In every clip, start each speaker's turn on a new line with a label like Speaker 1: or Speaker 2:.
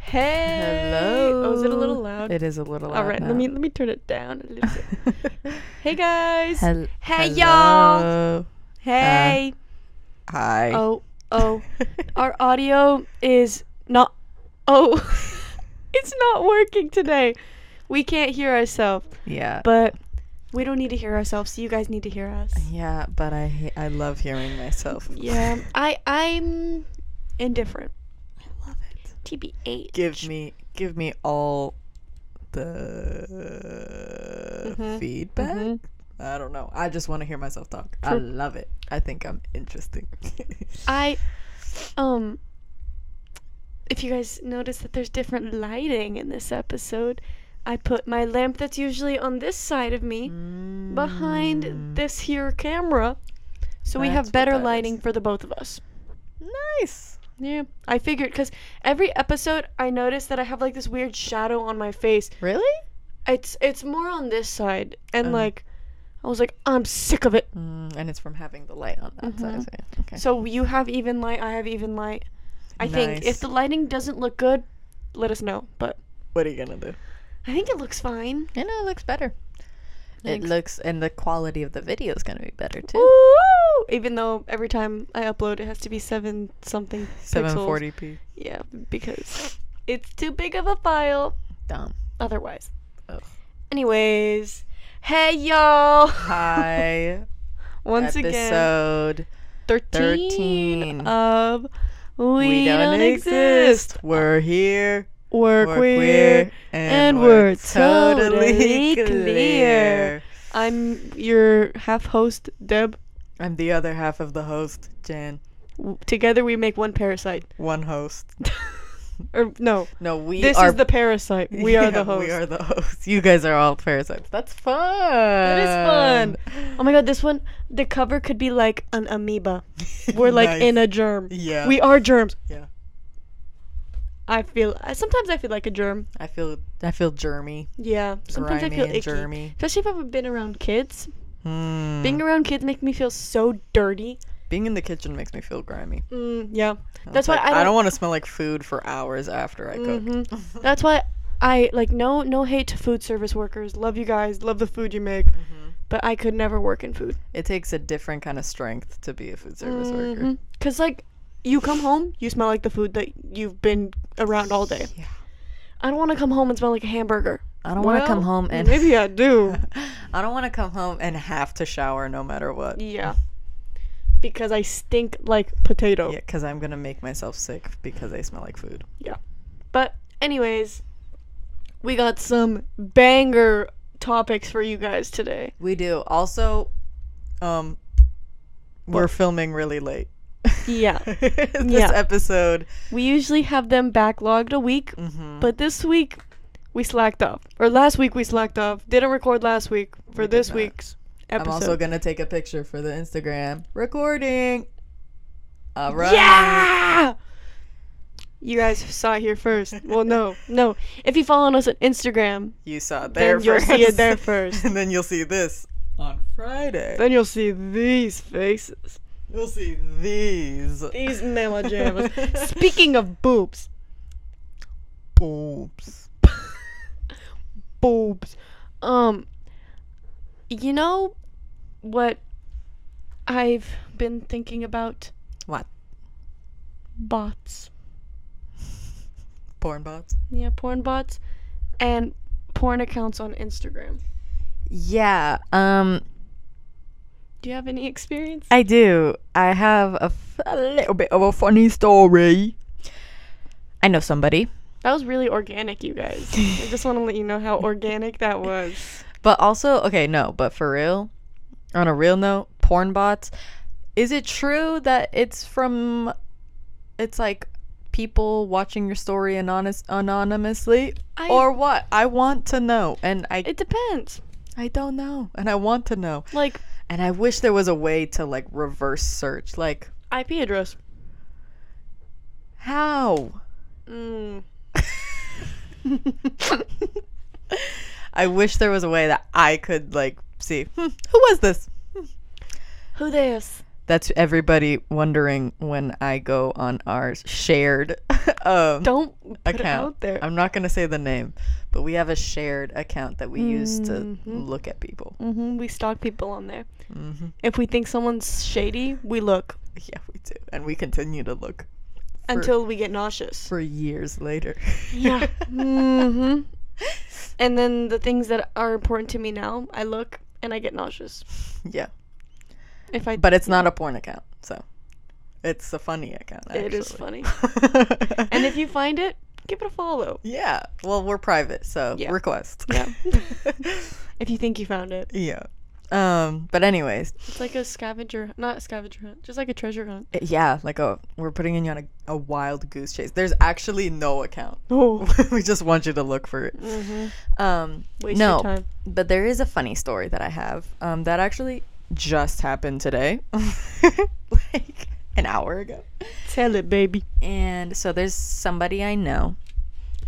Speaker 1: Hey.
Speaker 2: Hello.
Speaker 1: Oh, is it a little loud?
Speaker 2: It is a little loud.
Speaker 1: All right,
Speaker 2: now.
Speaker 1: let me let me turn it down a little bit. hey guys.
Speaker 2: Hel- uh,
Speaker 1: Hey, y'all.
Speaker 2: hello.
Speaker 1: hey.
Speaker 2: Hi.
Speaker 1: oh, oh. Our audio is not Oh. it's not working today. We can't hear ourselves,
Speaker 2: yeah.
Speaker 1: but we don't need to hear ourselves. So you guys need to hear us.
Speaker 2: yeah, but I ha- I love hearing myself.
Speaker 1: Yeah. I I'm indifferent.
Speaker 2: I love it.
Speaker 1: TBH.
Speaker 2: Give me give me all the
Speaker 1: Mhm.
Speaker 2: feedback.
Speaker 1: Mhm.
Speaker 2: I don't know. I just want to hear myself talk.
Speaker 1: For-
Speaker 2: I love it. I think I'm interesting.
Speaker 1: I um if you guys notice that there's different lighting in this episode, I put my lamp that's usually on this side of me
Speaker 2: Mm.
Speaker 1: behind this here camera. So we
Speaker 2: That's
Speaker 1: have
Speaker 2: what
Speaker 1: better
Speaker 2: that is.
Speaker 1: lighting for the both of us.
Speaker 2: Nice.
Speaker 1: Yeah. I figured cuz every episode I notice that I have like this weird shadow on my face.
Speaker 2: Really?
Speaker 1: It's it's more on this side and
Speaker 2: Um.
Speaker 1: like I was like I'm sick of it.
Speaker 2: Mm, and it's from having the light on that side.
Speaker 1: Mhm.
Speaker 2: so- Okay.
Speaker 1: So you have even light, I have even light. I think
Speaker 2: Nice.
Speaker 1: if the lighting doesn't look good, let us know, but
Speaker 2: what are you gonna do?
Speaker 1: I think it looks fine.
Speaker 2: You know, it looks better.
Speaker 1: Thanks.
Speaker 2: It looks, and the quality of the video is going to be better too.
Speaker 1: Woo! Even though every time I upload, it has to be seven something. pixels.
Speaker 2: 740p.
Speaker 1: Yeah, because it's too big of a file.
Speaker 2: Dumb.
Speaker 1: Otherwise.
Speaker 2: Ugh.
Speaker 1: Anyways, hey y'all!
Speaker 2: Hi.
Speaker 1: Once again,
Speaker 2: episode
Speaker 1: thirteen,
Speaker 2: 13.
Speaker 1: of we,
Speaker 2: we
Speaker 1: don't, exist.
Speaker 2: We're here.
Speaker 1: We're,
Speaker 2: We're
Speaker 1: queer.
Speaker 2: queer.
Speaker 1: and we're totally clear. I'm your half host, Deb.
Speaker 2: I'm the other half of the host, Jan.
Speaker 1: W- Together we make one parasite.
Speaker 2: One host.
Speaker 1: Or no,
Speaker 2: No, we
Speaker 1: this
Speaker 2: are.
Speaker 1: is the parasite. We are
Speaker 2: Yeah,
Speaker 1: the host.
Speaker 2: We are the host. You guys are all parasites. That's fun. That
Speaker 1: That is fun. Oh my god, this one, the cover could be like an amoeba. We're like in a germ.
Speaker 2: Yeah.
Speaker 1: We are germs.
Speaker 2: Yeah.
Speaker 1: I feel I- sometimes I feel like a germ.
Speaker 2: I feel I feel germy,
Speaker 1: Yeah. Sometimes
Speaker 2: grimy
Speaker 1: I feel
Speaker 2: and
Speaker 1: icky.
Speaker 2: germy.
Speaker 1: Especially if I've been around kids.
Speaker 2: Mm.
Speaker 1: Being around kids make me feel so dirty.
Speaker 2: Being in the kitchen makes me feel grimy.
Speaker 1: Mm, yeah.
Speaker 2: I
Speaker 1: That's
Speaker 2: was
Speaker 1: why
Speaker 2: like,
Speaker 1: I don't-
Speaker 2: want to smell like food for hours after I cook.
Speaker 1: Mhm. That's why I like no no hate to food service workers. Love you guys. Love the food you make. But I could never work in food.
Speaker 2: It takes a different kind of strength to be a food service
Speaker 1: Mm-hmm.
Speaker 2: worker.
Speaker 1: Cause like you come home, you smell like the food that you've been around all day.
Speaker 2: Yeah.
Speaker 1: I don't want to come home and smell like a hamburger.
Speaker 2: I don't want to
Speaker 1: Well,
Speaker 2: come home and
Speaker 1: maybe I do.
Speaker 2: I don't want to come home and have to shower no matter what. Yeah,
Speaker 1: yeah. Because I stink like potato.
Speaker 2: because I'm gonna make myself sick because I smell like food.
Speaker 1: But anyways, we got some banger topics for you guys today.
Speaker 2: We do. Also, um, we're filming really late.
Speaker 1: Yeah.
Speaker 2: this
Speaker 1: Yeah.
Speaker 2: episode.
Speaker 1: We usually have them backlogged a week,
Speaker 2: Mm-hmm.
Speaker 1: but this week we slacked off. Or last week we slacked off. Didn't record last week for
Speaker 2: did
Speaker 1: this
Speaker 2: not.
Speaker 1: week's
Speaker 2: I'm
Speaker 1: episode.
Speaker 2: also gonna take a picture for the Instagram recording. All right.
Speaker 1: Yeah! You guys saw it here first. Well, no, no. If you follow us on Instagram,
Speaker 2: You saw it there
Speaker 1: Then you'll
Speaker 2: first.
Speaker 1: see it there first.
Speaker 2: and then you'll see this on Friday.
Speaker 1: then you'll see these faces.
Speaker 2: You'll see these
Speaker 1: These mama jamas. Speaking of boobs,
Speaker 2: boobs.
Speaker 1: boobs. Um, you know what I've been thinking about?
Speaker 2: What?
Speaker 1: Bots.
Speaker 2: Porn bots.
Speaker 1: Yeah, porn bots and porn accounts on Instagram.
Speaker 2: Yeah. Um.
Speaker 1: Do you have any experience?
Speaker 2: I do. I have a, f- a little bit of a funny story. I know somebody,
Speaker 1: That was really organic, you guys. I just want to let you know how organic that was.
Speaker 2: but also okay, no, but for real, on a real note, porn bots. Is it true that it's from? It's like people watching your story anonymous anonymously,
Speaker 1: I,
Speaker 2: or what? I want to know, and I
Speaker 1: it depends.
Speaker 2: I don't know, and I want to know,
Speaker 1: Like
Speaker 2: and I wish there was a way to like reverse search, like
Speaker 1: IP address.
Speaker 2: how.
Speaker 1: Mm.
Speaker 2: I wish there was a way that I could like see hmm, who was this.
Speaker 1: Who this?
Speaker 2: That's everybody wondering when I go on our shared um,
Speaker 1: Don't put it
Speaker 2: account.
Speaker 1: out there.
Speaker 2: I'm not gonna say the name, but we have a shared account that we use to
Speaker 1: Mhm.
Speaker 2: look at people.
Speaker 1: hmm we stalk people on there.
Speaker 2: hmm
Speaker 1: If we think someone's shady, we look
Speaker 2: Yeah, we do, and we continue to look
Speaker 1: until we get nauseous.
Speaker 2: for years later.
Speaker 1: Yeah. hmm And then the things that are important to me now, I look and I get nauseous.
Speaker 2: yeah,
Speaker 1: If I
Speaker 2: but it's not a porn account, so it's a funny account.
Speaker 1: It is
Speaker 2: actually.
Speaker 1: funny. and if you find it, give it a follow.
Speaker 2: yeah, well, we're private, so
Speaker 1: Yeah.
Speaker 2: request.
Speaker 1: Yeah. if you think you found it,
Speaker 2: yeah. Um, but anyways,
Speaker 1: it's like a scavenger, not a scavenger hunt, just like a treasure hunt.
Speaker 2: it- yeah, like a we're putting in you on a, a wild goose chase. There's actually no account.
Speaker 1: Oh.
Speaker 2: we just want you to look for it.
Speaker 1: Mm-hmm.
Speaker 2: Um,
Speaker 1: Waste
Speaker 2: no,
Speaker 1: your time.
Speaker 2: but there is a funny story that I have um, that actually just happened today, like an hour ago.
Speaker 1: Tell it, baby.
Speaker 2: And so there's somebody I know.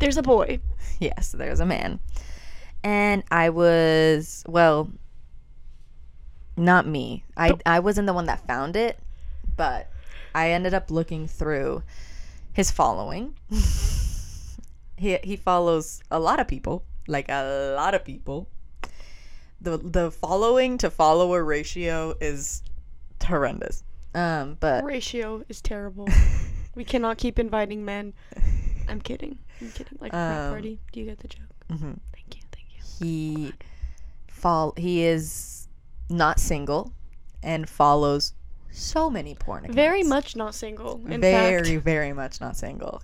Speaker 1: There's a boy.
Speaker 2: Yes, there's a man. And I was, well, not me. I, I wasn't the one that found it, but I ended up looking through his following. he, he follows a lot of people, like a lot of people. The, the following to follower ratio is horrendous. Um, but
Speaker 1: Ratio is terrible. we cannot keep inviting men. I'm kidding. I'm kidding. Like frat
Speaker 2: Um,
Speaker 1: party. Do you get the joke?
Speaker 2: mhm.
Speaker 1: Thank you. Thank you.
Speaker 2: he fall he is not single and follows so many porn accounts.
Speaker 1: Very much not single. In
Speaker 2: very
Speaker 1: fact,
Speaker 2: very much not single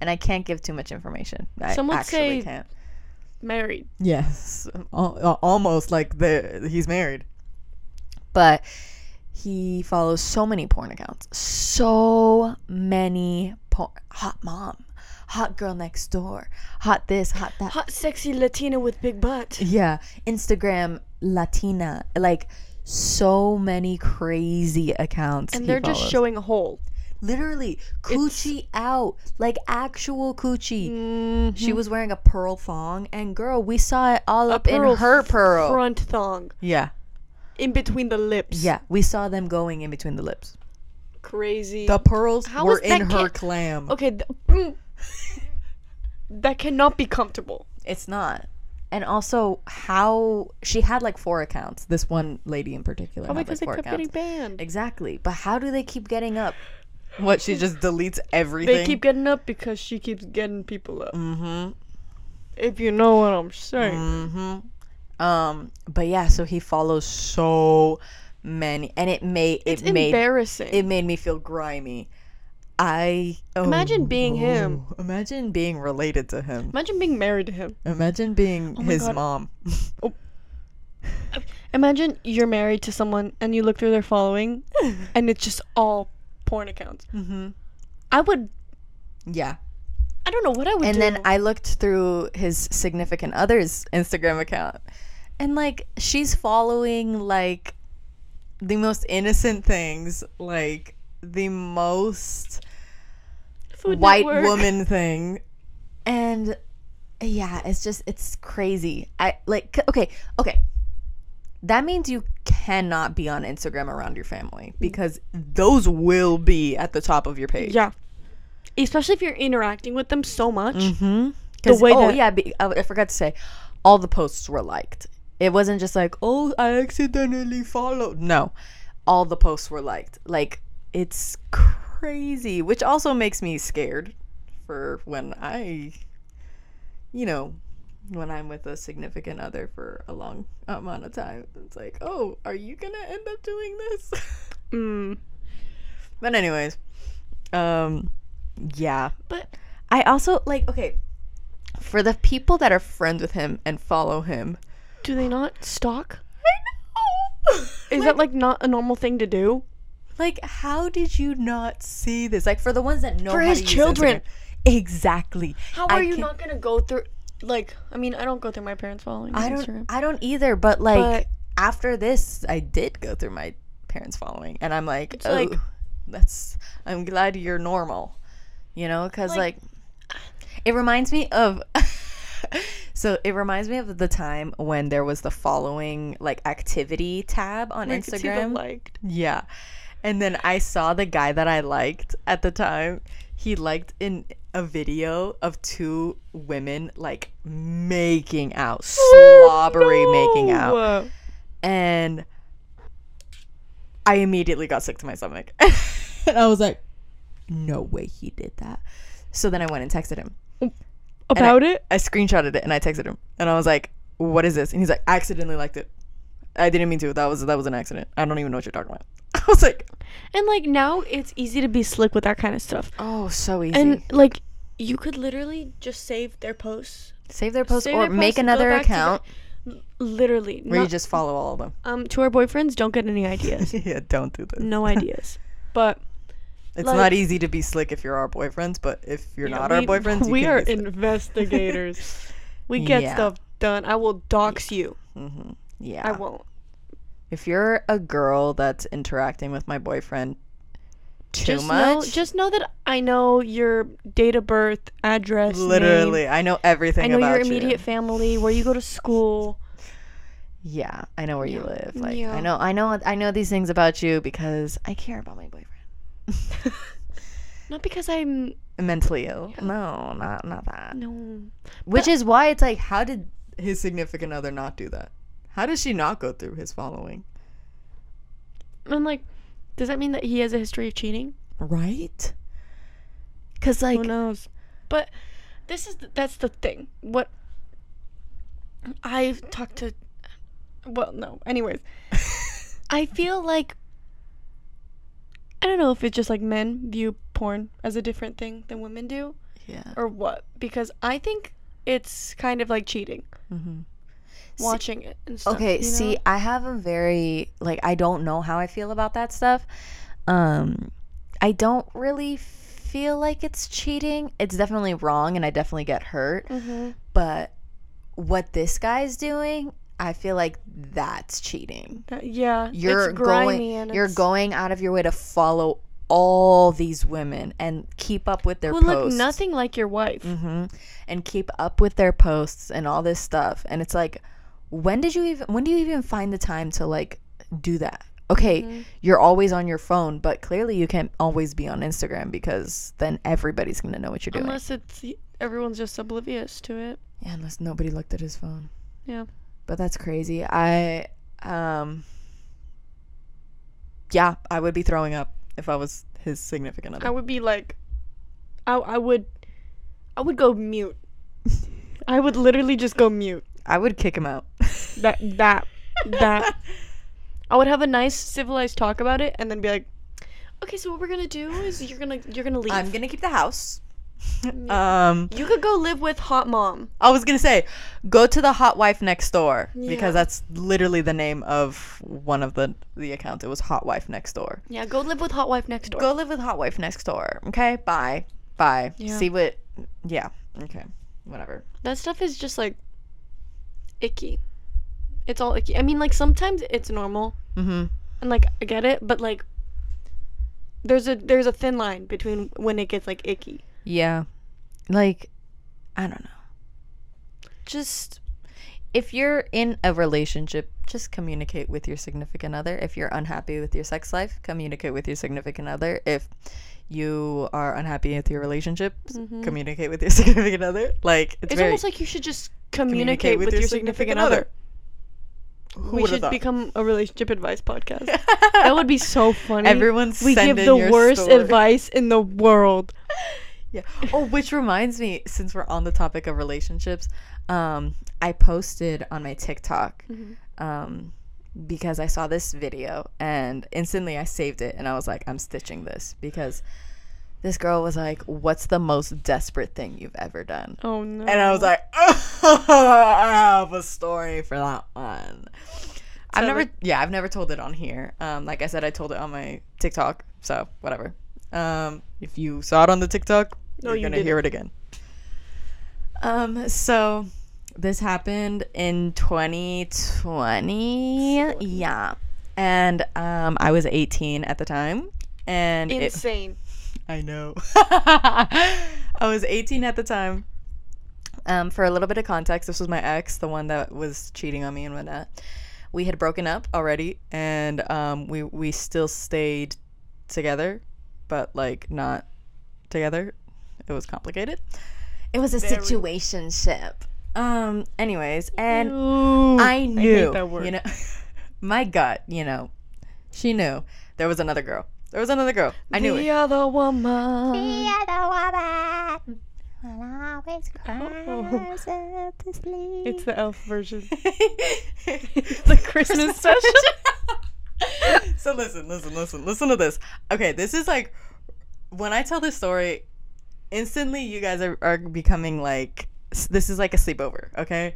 Speaker 2: and i can't give too much information i
Speaker 1: Some would
Speaker 2: actually
Speaker 1: say-
Speaker 2: can't
Speaker 1: married.
Speaker 2: yes al- al- almost like the he's married but he follows so many porn accounts so many porn hot mom hot girl next door hot this hot that
Speaker 1: Hot, sexy Latina with big butt.
Speaker 2: yeah instagram latina like so many crazy accounts
Speaker 1: And
Speaker 2: he
Speaker 1: they're just
Speaker 2: follows.
Speaker 1: showing a hole.
Speaker 2: literally coochie out like actual coochie she
Speaker 1: Mm-hmm.
Speaker 2: was wearing a pearl thong and girl we saw it all up in
Speaker 1: pearl
Speaker 2: her pearl
Speaker 1: Front thong.
Speaker 2: yeah
Speaker 1: In between the lips.
Speaker 2: yeah we saw them going in between the lips
Speaker 1: Crazy.
Speaker 2: the pearls
Speaker 1: How
Speaker 2: were
Speaker 1: is that
Speaker 2: in her
Speaker 1: ca-
Speaker 2: clam
Speaker 1: okay. th- mm. that cannot be comfortable.
Speaker 2: it's not and also how she had like four accounts this one lady in particular
Speaker 1: Probably
Speaker 2: had, like,
Speaker 1: because Oh they
Speaker 2: four
Speaker 1: kept
Speaker 2: accounts.
Speaker 1: getting banned.
Speaker 2: Exactly. But how do they keep getting up? What she just deletes everything.
Speaker 1: They keep getting up because she keeps getting people up.
Speaker 2: Mhm.
Speaker 1: If you know what I'm saying.
Speaker 2: Mhm. Um but yeah, so he follows so many and it made it
Speaker 1: It's
Speaker 2: made
Speaker 1: embarrassing.
Speaker 2: it made me feel grimy. I oh,
Speaker 1: Imagine being
Speaker 2: Mm.
Speaker 1: him.
Speaker 2: Imagine being related to him.
Speaker 1: Imagine being married to him.
Speaker 2: Imagine being
Speaker 1: my
Speaker 2: his
Speaker 1: God.
Speaker 2: mom.
Speaker 1: Imagine you're married to someone and you look through their following and it's just all porn accounts.
Speaker 2: mhm.
Speaker 1: I would.
Speaker 2: Yeah.
Speaker 1: I don't know what I would
Speaker 2: And
Speaker 1: do.
Speaker 2: then I looked through his significant other's Instagram account. And like she's following like the most innocent things, like the most
Speaker 1: Food
Speaker 2: white
Speaker 1: Network.
Speaker 2: woman thing. And yeah, it's just it's crazy. I like c- okay, okay. That means you cannot be on Instagram around your family because those will be at the top of your page.
Speaker 1: Yeah. Especially if you're interacting with them so much.
Speaker 2: Mm-hmm. The
Speaker 1: way
Speaker 2: way oh
Speaker 1: that-
Speaker 2: yeah, be, I, I forgot to say, all the posts were liked. It wasn't just like oh I accidentally followed. No, all the posts were liked. Like it's crazy, which also makes me scared for when I, you know, when I'm with a significant other for a long amount of time. It's like oh, are you gonna end up doing this?
Speaker 1: Mm.
Speaker 2: but anyways, um, yeah.
Speaker 1: But
Speaker 2: I also like okay for the people that are friends with him and follow him.
Speaker 1: do they not stalk?
Speaker 2: I know.
Speaker 1: Is
Speaker 2: like,
Speaker 1: that like not a normal thing to do?
Speaker 2: like how did you not see this? Like for the ones that know
Speaker 1: For
Speaker 2: how
Speaker 1: his
Speaker 2: to use
Speaker 1: children.
Speaker 2: Instagram. exactly.
Speaker 1: How
Speaker 2: I
Speaker 1: are you
Speaker 2: can-
Speaker 1: not gonna go through? Like, I mean, I don't go through my parents' following.
Speaker 2: I
Speaker 1: on
Speaker 2: don't.
Speaker 1: Instagram.
Speaker 2: I don't either. But
Speaker 1: But-
Speaker 2: like after this, I did go through my parents' following, and I'm like,
Speaker 1: It's
Speaker 2: oh,
Speaker 1: like-
Speaker 2: that's. I'm glad you're normal, you know, because
Speaker 1: Like-
Speaker 2: like, it reminds me of. so it reminds me of the time when there was the following like activity tab on
Speaker 1: Like, it's either
Speaker 2: Instagram.
Speaker 1: liked.
Speaker 2: Yeah. And then I saw the guy that I liked at the time. He liked in a video of two women like making out, slobbery making out.
Speaker 1: No.
Speaker 2: And I immediately got sick to my stomach. and I was like, no way he did that. So then I went and texted him.
Speaker 1: About it?
Speaker 2: I screenshotted it and I texted him. And I was like, what is this? And he's like, I accidentally liked it. I didn't mean to. That was that was an accident. I don't even know what you're talking about. I was like,
Speaker 1: And like now it's easy to be slick with that kind of stuff.
Speaker 2: oh, so easy.
Speaker 1: And like you could literally just save their posts.
Speaker 2: save their post
Speaker 1: Save
Speaker 2: or
Speaker 1: their posts,
Speaker 2: make
Speaker 1: go
Speaker 2: another
Speaker 1: back to the-
Speaker 2: account
Speaker 1: Literally.
Speaker 2: where you
Speaker 1: not-
Speaker 2: just follow all of them.
Speaker 1: um to our boyfriends, don't get any ideas.
Speaker 2: yeah, don't do this.
Speaker 1: no ideas. But
Speaker 2: It's
Speaker 1: like-
Speaker 2: not easy to be slick if you're our boyfriends, but if you're
Speaker 1: Yeah,
Speaker 2: not
Speaker 1: we,
Speaker 2: our boyfriends, you
Speaker 1: we
Speaker 2: can
Speaker 1: are
Speaker 2: be slick.
Speaker 1: investigators. we get
Speaker 2: Yeah.
Speaker 1: stuff done. I will dox you.
Speaker 2: Mhm. Yeah.
Speaker 1: I won't.
Speaker 2: if you're a girl that's interacting with my boyfriend too
Speaker 1: just know,
Speaker 2: much,
Speaker 1: just know that I know your date of birth, address, name.
Speaker 2: literally, I know everything
Speaker 1: I know
Speaker 2: about
Speaker 1: your
Speaker 2: you.
Speaker 1: immediate family, where you go to school.
Speaker 2: Yeah, I know where you
Speaker 1: Yeah.
Speaker 2: live. Like
Speaker 1: Yeah.
Speaker 2: I know I know I know these things about you because I care about my boyfriend.
Speaker 1: Not because I'm
Speaker 2: Mentally ill. No, not not that.
Speaker 1: no.
Speaker 2: Which is why it's like how did his significant other not do that? How does she not go through his following?
Speaker 1: And like, does that mean that he has a history of cheating?
Speaker 2: Right? Cuz like
Speaker 1: Who knows? But this is th- that's the thing. What I've talked to. Well, no. Anyways, I feel like I don't know if it's just like men view porn as a different thing than women do,
Speaker 2: yeah.
Speaker 1: or what. Because I think it's kind of like cheating,
Speaker 2: Mhm.
Speaker 1: watching it and stuff.
Speaker 2: Okay,
Speaker 1: you know?
Speaker 2: see, I have a very like I don't know how I feel about that stuff. Um I don't really feel like it's cheating. It's definitely wrong and I definitely get hurt,
Speaker 1: Mhm.
Speaker 2: but what this guy's doing, I feel like that's cheating.
Speaker 1: Uh, yeah,
Speaker 2: You're
Speaker 1: it's grimy
Speaker 2: going
Speaker 1: and
Speaker 2: you're
Speaker 1: it's-
Speaker 2: going out of your way to follow all these women and keep up with their
Speaker 1: who look
Speaker 2: posts.
Speaker 1: nothing like your wife.
Speaker 2: hmm and keep up with their posts and all this stuff and it's like when did you even when do you even find the time to like do that okay
Speaker 1: Mm-hmm.
Speaker 2: you're always on your phone but clearly you can't always be on instagram because then everybody's gonna know what you're doing
Speaker 1: Unless it's everyone's just oblivious to it.
Speaker 2: yeah, unless nobody looked at his phone
Speaker 1: Yeah.
Speaker 2: but that's crazy i um yeah i would be throwing up if i was his significant
Speaker 1: I
Speaker 2: other
Speaker 1: would be like, I I would, I would go mute. I would literally just go mute.
Speaker 2: i would kick him out
Speaker 1: That that that. I would have a nice civilized talk about it and then be like, okay, so what we're gonna do is you're gonna you're gonna leave.
Speaker 2: i'm gonna keep the house um
Speaker 1: you could go live with hot mom.
Speaker 2: I was gonna say, go to the hot wife next door
Speaker 1: Yeah.
Speaker 2: because that's literally the name of one of the the accounts. It was hot wife next door.
Speaker 1: Yeah, go live with hot wife next door.
Speaker 2: Go live with hot wife next door. Okay, bye, bye.
Speaker 1: Yeah.
Speaker 2: See what? Yeah. Okay. Whatever.
Speaker 1: That stuff is just like icky. It's all icky. I mean, like sometimes it's normal.
Speaker 2: Mm-hmm.
Speaker 1: and like I get it, but like there's a there's a thin line between when it gets like icky.
Speaker 2: Yeah. Like, I don't know. Just if you're in a relationship, just communicate with your significant other. If you're unhappy with your sex life, communicate with your significant other. If you are unhappy with your relationship, s-
Speaker 1: Mhm.
Speaker 2: communicate with your significant other. Like it's,
Speaker 1: It's,
Speaker 2: very
Speaker 1: almost like you should just communicate, with, your, significant, other.
Speaker 2: Who
Speaker 1: We
Speaker 2: would've
Speaker 1: should
Speaker 2: thought?
Speaker 1: become a relationship advice podcast. that would be so funny.
Speaker 2: Everyone
Speaker 1: we give
Speaker 2: send in
Speaker 1: the
Speaker 2: your
Speaker 1: worst
Speaker 2: story.
Speaker 1: advice in the world.
Speaker 2: Yeah. Oh, which reminds me, since we're on the topic of relationships, um, I posted on my TikTok um, because I saw this video and instantly I saved it and I was like, I'm stitching this because this girl was like, What's the most desperate thing you've ever done?
Speaker 1: Oh no.
Speaker 2: And I was like, Oh, I have a story for that one. I've
Speaker 1: Tell
Speaker 2: never,
Speaker 1: it.
Speaker 2: yeah, I've never told it on here. Um, like I said, I told it on my TikTok, so whatever. Um, if you saw it on the TikTok,
Speaker 1: No,
Speaker 2: you're
Speaker 1: you
Speaker 2: gonna hear it again. Um, so this happened in 2020. Yeah, and um, I was 18 at the time, and it-
Speaker 1: insane.
Speaker 2: I know. I was 18 at the time. Um, for a little bit of context, this was my ex, the one that was cheating on me and whatnot. We had broken up already, and um, we we still stayed together, but like not together. It was complicated. It was a
Speaker 1: Very-
Speaker 2: situationship. Um. Anyways, and
Speaker 1: Ooh.
Speaker 2: I knew.
Speaker 1: that word.
Speaker 2: You know, my gut. You know, she knew there was another girl. There was another girl. I knew
Speaker 1: the
Speaker 2: it.
Speaker 1: other woman.
Speaker 3: The other woman will always cries up to sleep.
Speaker 1: It's the elf version.
Speaker 2: the
Speaker 1: Christmas special.
Speaker 2: so listen, listen, listen, listen to this. Okay, this is like when I tell this story, instantly you guys are, are becoming like s- this is like a sleepover. Okay,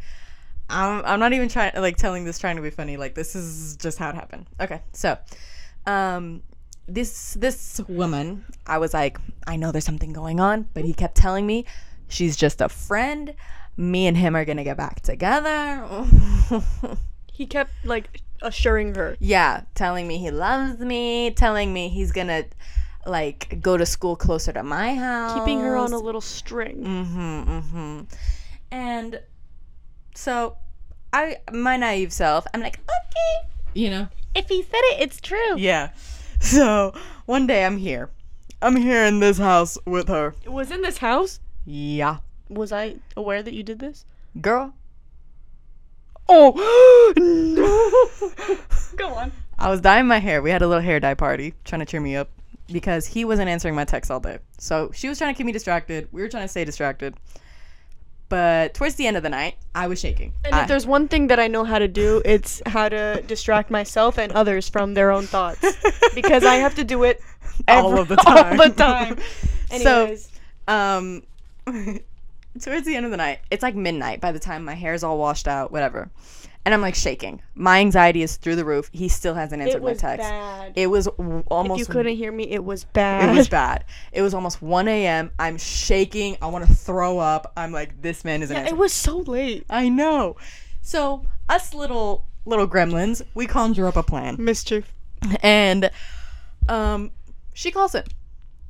Speaker 2: I'm I'm not even trying like telling this trying to be funny. Like this is just how it happened. Okay, so um this this woman i was like i know there's something going on but he kept telling me she's just a friend me and him are gonna get back together
Speaker 1: He kept like assuring her.
Speaker 2: yeah telling me he loves me telling me he's gonna like go to school closer to my house
Speaker 1: Keeping her on a little string.
Speaker 2: Mm-hmm, mm-hmm. And so I my naive self, I'm like, okay. You know?
Speaker 3: If he said it, it's true.
Speaker 2: Yeah. So one day I'm here. I'm here in this house with her.
Speaker 1: Was in this house?
Speaker 2: Yeah.
Speaker 1: Was I aware that you did this?
Speaker 2: Girl.
Speaker 1: Oh no! Go on.
Speaker 2: I was dyeing my hair. We had a little hair dye party trying to cheer me up because he wasn't answering my texts all day. So she was trying to keep me distracted. We were trying to stay distracted. But towards the end of the night, I was shaking.
Speaker 1: And
Speaker 2: I-
Speaker 1: if there's one thing that I know how to do, it's how to distract myself and others from their own thoughts. Because I have to do it
Speaker 2: All
Speaker 1: every-
Speaker 2: of the time.
Speaker 1: All the time. Anyways,
Speaker 2: um towards the end of the night it's like midnight by the time my hair's all washed out whatever and i'm like shaking my anxiety is through the roof he still hasn't answered
Speaker 1: it was
Speaker 2: my text
Speaker 1: bad.
Speaker 2: it was w-
Speaker 1: if you
Speaker 2: almost
Speaker 1: couldn't hear me, it was bad.
Speaker 2: it was bad it was almost 1 a.m i'm shaking i want to throw up i'm like this man isn't
Speaker 1: it
Speaker 2: answering.
Speaker 1: was so late.
Speaker 2: i know so us little little gremlins we conjure up a plan
Speaker 1: Mischief.
Speaker 2: and um, she calls him.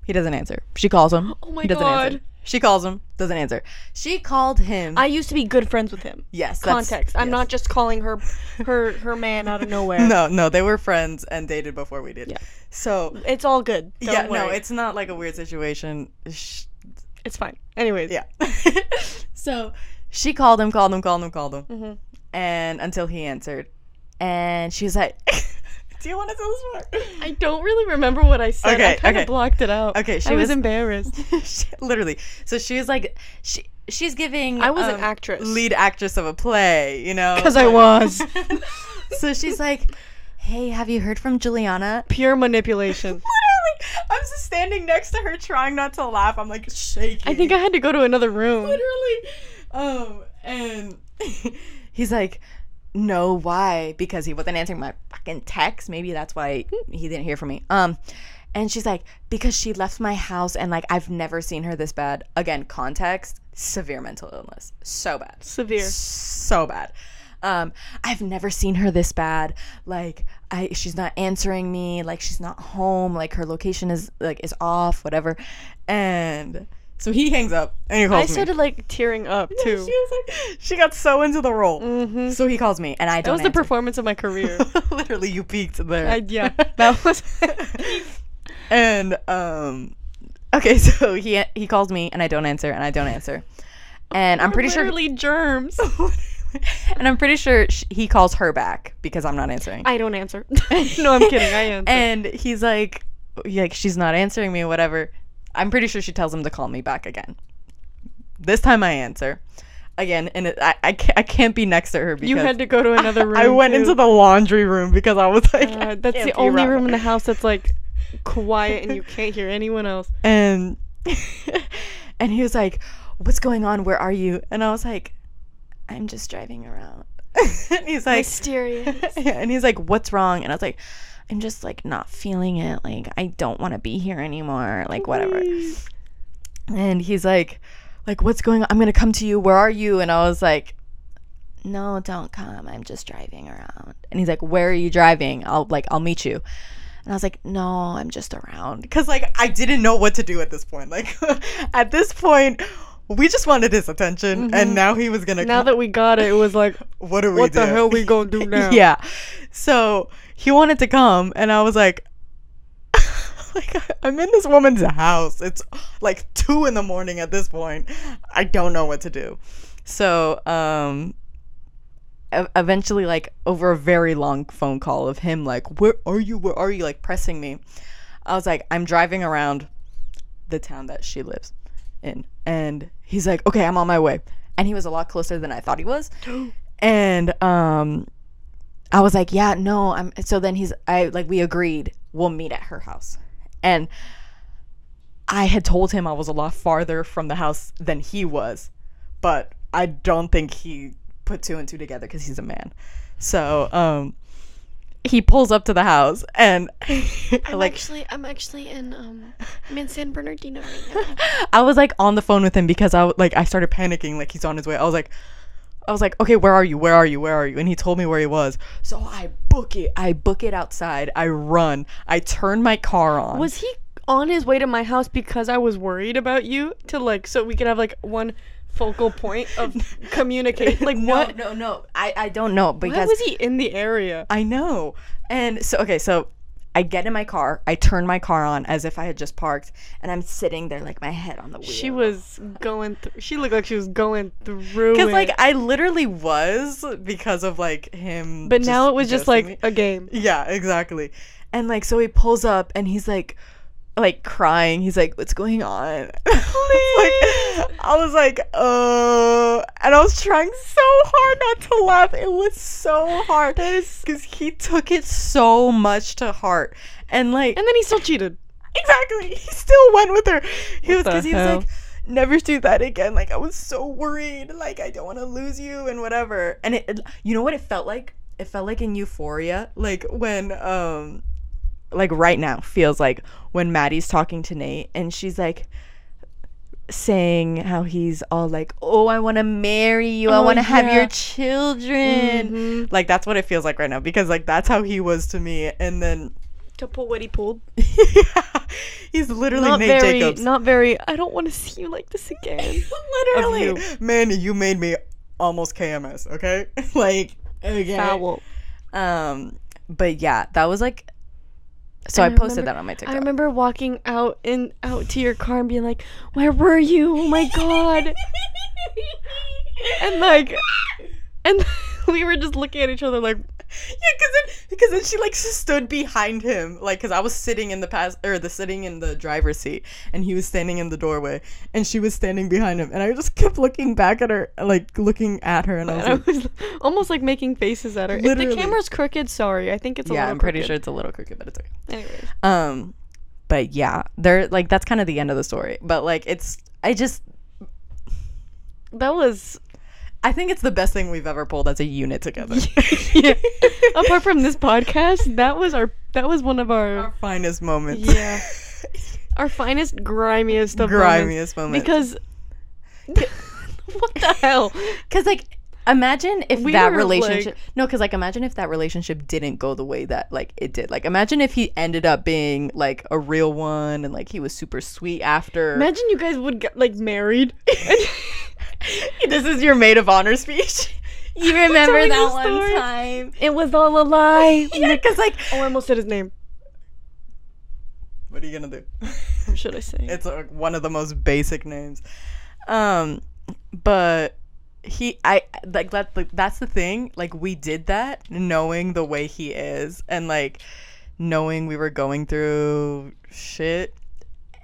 Speaker 2: He doesn't answer. She calls him.
Speaker 1: Oh my
Speaker 2: he doesn't
Speaker 1: God.
Speaker 2: Answer. She calls him. Doesn't answer. She called him.
Speaker 1: I used to be good friends with him.
Speaker 2: yes. that's-
Speaker 1: Context. I'm
Speaker 2: yes.
Speaker 1: not just calling her her her man out of nowhere.
Speaker 2: No, no, they were friends and dated before we did.
Speaker 1: Yeah.
Speaker 2: So
Speaker 1: It's all good. Don't
Speaker 2: yeah, no,
Speaker 1: worry.
Speaker 2: it's not like a weird situation. Sh-
Speaker 1: it's fine. Anyways,
Speaker 2: yeah. so she called him, called him, called him, called him,
Speaker 1: Mhm.
Speaker 2: and until he answered, and she was like, "Do you want to tell this part?"
Speaker 1: I don't really remember what I said. I
Speaker 2: Okay,
Speaker 1: kind of
Speaker 2: okay.
Speaker 1: blocked it out.
Speaker 2: Okay, she
Speaker 1: I was,
Speaker 2: was-
Speaker 1: embarrassed.
Speaker 2: She- literally. So she was like, she she's giving.
Speaker 1: I was an
Speaker 2: um,
Speaker 1: actress.
Speaker 2: lead actress of a play, you know?
Speaker 1: Because I was.
Speaker 2: so she's like, hey, have you heard from Juliana?
Speaker 1: Pure manipulation.
Speaker 2: Literally, I'm just standing next to her trying not to laugh. I'm like shaking.
Speaker 1: I think I had to go to another room.
Speaker 2: literally. Um, and he's like, no, why? Because he wasn't answering my fucking text. Maybe that's why he didn't hear from me. Um, and she's like, because she left my house and like I've never seen her this bad. Again, context, severe mental illness. So bad
Speaker 1: Severe.
Speaker 2: so bad. Um, I've never seen her this bad. Like, I she's not answering me. Like, she's not home. Like, her location is like is off. Whatever. And so he hangs up and he
Speaker 1: I
Speaker 2: calls me.
Speaker 1: started like tearing up
Speaker 2: she
Speaker 1: too.
Speaker 2: was like, she got so into the role.
Speaker 1: Mhm.
Speaker 2: So he calls me and I
Speaker 1: That
Speaker 2: don't.
Speaker 1: was the performance of my career.
Speaker 2: performance. Literally, you peaked there.
Speaker 1: I, yeah, that was.
Speaker 2: and um, okay, so he he calls me and I don't answer and I don't answer, and I'm pretty sure
Speaker 1: literally germs.
Speaker 2: and I'm pretty sure sh he calls her back because I'm not answering.
Speaker 1: I don't answer. no, I'm kidding. I answer.
Speaker 2: and he's like, he- like she's not answering me, whatever. I'm pretty sure she tells him to call me back again. This time I answer again, and it, I I can't, I can't be next to her because
Speaker 1: you had to go to another room.
Speaker 2: I went
Speaker 1: too.
Speaker 2: into the laundry room because I was like,
Speaker 1: Uh,
Speaker 2: I
Speaker 1: that's
Speaker 2: can't
Speaker 1: the
Speaker 2: be
Speaker 1: only
Speaker 2: around
Speaker 1: room
Speaker 2: her.
Speaker 1: in the house that's like quiet and you can't hear anyone else.
Speaker 2: and and he was like, "What's going on? Where are you?" And I was like, "I'm just driving around." and he's like,
Speaker 1: Mysterious.
Speaker 2: yeah, and he's like, "What's wrong?" And I was like, "I'm just like not feeling it. Like I don't want to be here anymore. Like whatever." And he's like, "Like what's going on? I'm gonna come to you. Where are you?" And I was like, "No, don't come. I'm just driving around." And he's like, "Where are you driving? I'll like I'll meet you." And I was like, "No, I'm just around." Cause like I didn't know what to do at this point. Like at this point. We just wanted his attention, and now he was gonna.
Speaker 1: Mm-hmm. Now
Speaker 2: come.
Speaker 1: that we got it, it was like,
Speaker 2: what do we
Speaker 1: what
Speaker 2: do?
Speaker 1: the hell we gonna do now?
Speaker 2: Yeah. So he wanted to come, and I was like, like I, I'm in this woman's house. It's like two in the morning at this point. I don't know what to do. So um, e- eventually, like over a very long phone call of him, like where are you? Where are you? Like pressing me. I was like, I'm driving around the town that she lives in, and he's like, okay, I'm on my way. And he was a lot closer than I thought he was. and um, I was like, yeah, no, I'm so then he's I like we agreed we'll meet at her house. And I had told him I was a lot farther from the house than he was, but I don't think he put two and two together cuz he's a man. So, um he pulls up to the house and
Speaker 1: I'm
Speaker 2: like
Speaker 1: actually, I'm actually in um, I'm in San Bernardino right now.
Speaker 2: I was like on the phone with him because I w- like I started panicking like he's on his way. I was like I was like, "Okay, where are you? Where are you? Where are you?" And he told me where he was. So I book it. I book it outside. I run. I turn my car on.
Speaker 1: Was he on his way to my house because I was worried about you to like so we could have like one focal point of communicate? Like what?
Speaker 2: No, no, no. I I don't know
Speaker 1: Why
Speaker 2: because
Speaker 1: was he in the area?
Speaker 2: I know. And so okay, so I get in my car. I turn my car on as if I had just parked, and I'm sitting there like my head on the wheel.
Speaker 1: She was going through. She looked like she was going through.
Speaker 2: because
Speaker 1: Because
Speaker 2: like I literally was because of like him.
Speaker 1: but now it was
Speaker 2: ghosting
Speaker 1: just like
Speaker 2: me.
Speaker 1: a game.
Speaker 2: Yeah, exactly. And like so he pulls up and he's like like crying. He's like, What's going on? like I was like, uh and I was trying so hard not to laugh. It was so hard. Because he took it so much to heart. And like
Speaker 1: And then he still cheated.
Speaker 2: Exactly. He still went with her. He was
Speaker 1: the
Speaker 2: because he was like,
Speaker 1: hell?
Speaker 2: never do that again. Like I was so worried. Like I don't want to lose you and whatever. And it, it- you know what it felt like? It felt like in Euphoria, like when um, like right now feels like when Maddie's talking to Nate and she's like saying how he's all like, "Oh, I want to marry you. I
Speaker 1: Oh,
Speaker 2: want to have your
Speaker 1: yeah. Mm-hmm.
Speaker 2: children." Like that's what it feels like right now because like that's how he was to me. And then
Speaker 1: To pull what he pulled.
Speaker 2: he's literally
Speaker 1: Not
Speaker 2: Nate
Speaker 1: very.
Speaker 2: Jacobs.
Speaker 1: Not very. I don't want to see you like this again.
Speaker 2: literally
Speaker 1: you.
Speaker 2: man you made me almost kms okay like okay
Speaker 1: Foul.
Speaker 2: um but yeah that was like so i,
Speaker 1: And I
Speaker 2: posted
Speaker 1: remember-
Speaker 2: that on my tiktok
Speaker 1: I remember walking out and out to your car and being like, "Where were you? Oh my god!" and like, and we were just looking at each other like,
Speaker 2: yeah because then because then she like stood behind him like because i was sitting in the past or the sitting in the driver's seat and he was standing in the doorway and she was standing behind him and i just kept looking back at her like looking at her and i was
Speaker 1: and I
Speaker 2: like
Speaker 1: was almost like making faces at her. If the
Speaker 2: Literally.
Speaker 1: camera's crooked, sorry. I think it's a
Speaker 2: yeah
Speaker 1: little
Speaker 2: i'm pretty sure
Speaker 1: crooked.
Speaker 2: it's a little crooked but it's okay
Speaker 1: Anyways,
Speaker 2: Um, but yeah, they're like that's kind of the end of the story. But like it's, I just,
Speaker 1: that was
Speaker 2: I think it's the best thing we've ever pulled as a unit together.
Speaker 1: yeah. Apart from this podcast, that was our that was one of our,
Speaker 2: Our finest moments.
Speaker 1: yeah our finest grimiest of moments.
Speaker 2: grimiest moments.
Speaker 1: because what the hell?
Speaker 2: because like. Imagine if
Speaker 1: We
Speaker 2: that
Speaker 1: were,
Speaker 2: relationship
Speaker 1: like-
Speaker 2: no, because like imagine if that relationship didn't go the way that like it did. Like imagine if he ended up being like a real one and like he was super sweet after.
Speaker 1: Imagine you guys would get like married. And-
Speaker 2: this is your maid of honor speech. you
Speaker 1: telling
Speaker 2: remember
Speaker 1: this
Speaker 2: that one
Speaker 1: story.
Speaker 2: time?
Speaker 1: it was all a lie.
Speaker 2: Yeah, because like,
Speaker 1: Oh, I almost said his name.
Speaker 2: what are you gonna do?
Speaker 1: What should I say?
Speaker 2: It's like one of the most basic names. Um, but he, I like that. Like, that's the thing. Like we did that knowing the way he is, and like knowing we were going through shit,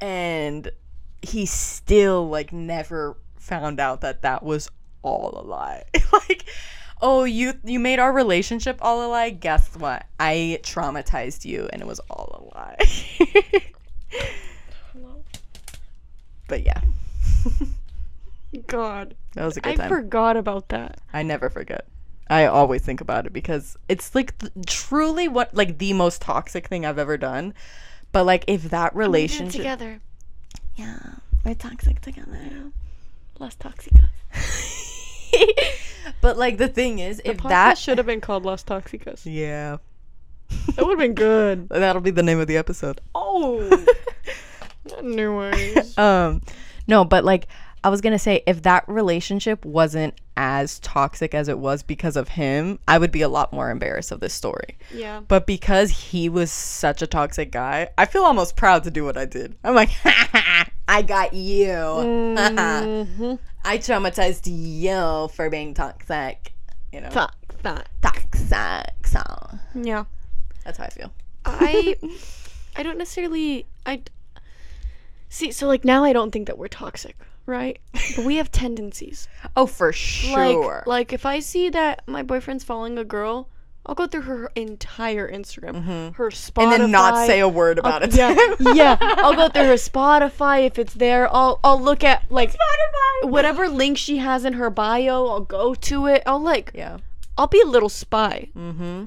Speaker 2: and he still like never found out that that was all a lie. like. Oh, you you made our relationship all a lie. Guess what? I traumatized you, and it was all a lie. but yeah,
Speaker 1: God,
Speaker 2: that was a good
Speaker 1: I
Speaker 2: time.
Speaker 1: forgot about that.
Speaker 2: I never forget. I always think about it because it's like th- truly what like the most toxic thing I've ever done. But like if that relationship
Speaker 1: together,
Speaker 3: Yeah, we're toxic together.
Speaker 1: less toxic.
Speaker 2: But like the thing is if
Speaker 1: That
Speaker 2: that
Speaker 1: should have been called Las Toxicas.
Speaker 2: Yeah.
Speaker 1: That would have been good.
Speaker 2: That'll be the name of the episode.
Speaker 1: Oh, anyways,
Speaker 2: Um no, but like I was gonna say if that relationship wasn't as toxic as it was because of him, I would be a lot more embarrassed of this story.
Speaker 1: Yeah.
Speaker 2: But because he was such a toxic guy, I feel almost proud to do what I did. I'm like, I got you.
Speaker 1: Mm-hmm.
Speaker 2: I traumatized you for being toxic. You know,
Speaker 1: Fuck that.
Speaker 2: toxic. So
Speaker 1: Yeah.
Speaker 2: that's how I feel.
Speaker 1: I I don't necessarily I see so like now I don't think that we're toxic, right? But we have tendencies.
Speaker 2: Oh, for sure.
Speaker 1: Like like if I see that my boyfriend's following a girl, I'll go through her entire Instagram, her Spotify, uh,
Speaker 2: and then not say a word about it.
Speaker 1: yeah, yeah. I'll go through her Spotify if it's there. I'll I'll look at like Spotify, whatever link she has in her bio. I'll go to it. I'll like
Speaker 2: yeah.
Speaker 1: I'll be a little spy,
Speaker 2: Mm-hmm.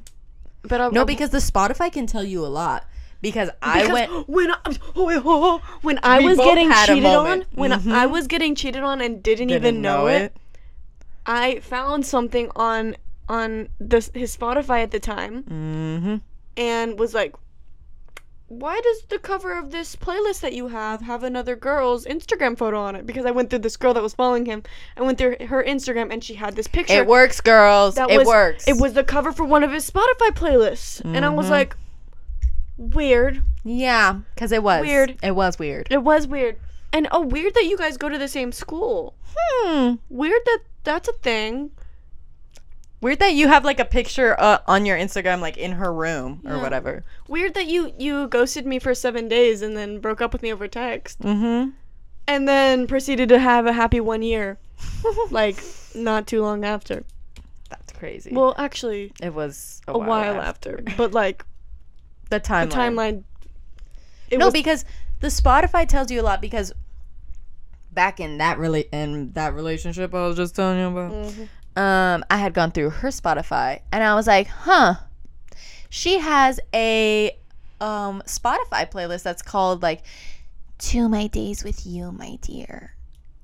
Speaker 1: but I'll,
Speaker 2: No,
Speaker 1: I'll-
Speaker 2: because the Spotify can tell you a lot. Because
Speaker 1: Um,
Speaker 2: I
Speaker 1: because
Speaker 2: went
Speaker 1: when I, oh, oh, oh, when I
Speaker 2: We
Speaker 1: was
Speaker 2: both
Speaker 1: getting
Speaker 2: had a
Speaker 1: cheated on,
Speaker 2: moment.
Speaker 1: when
Speaker 2: Mhm.
Speaker 1: I was getting cheated on and didn't, even know, it, I found something on on this his Spotify at the time
Speaker 2: Mm-hmm.
Speaker 1: and was like, why does the cover of this playlist that you have have another girl's Instagram photo on it? Because I went through this girl that was following him. I went through her Instagram and she had this picture.
Speaker 2: It works, girls.
Speaker 1: That
Speaker 2: it
Speaker 1: was-
Speaker 2: works. Mm-hmm.
Speaker 1: It was the cover for one of his Spotify playlists, and I was like, weird.
Speaker 2: yeah, because it was
Speaker 1: Weird.
Speaker 2: It was weird.
Speaker 1: It was weird. And oh, weird that you guys go to the same school.
Speaker 2: Hmm.
Speaker 1: Weird that that's a thing.
Speaker 2: Weird that you have like a picture uh, on your Instagram, like in her room or
Speaker 1: Yeah.
Speaker 2: whatever.
Speaker 1: Weird that you you ghosted me for 7 days and then broke up with me over text
Speaker 2: Mm-hmm.
Speaker 1: and then proceeded to have a happy 1 year like not too long after.
Speaker 2: That's crazy.
Speaker 1: Well, actually
Speaker 2: it was
Speaker 1: a, while, after. but like
Speaker 2: the timeline.
Speaker 1: the timeline it
Speaker 2: no,
Speaker 1: was
Speaker 2: because the Spotify tells you a lot because back in that really in that relationship I was just telling you about,
Speaker 1: Mm-hmm.
Speaker 2: um, I had gone through her Spotify and I was like, huh, she has a um Spotify playlist that's called like To My Days with You, My Dear,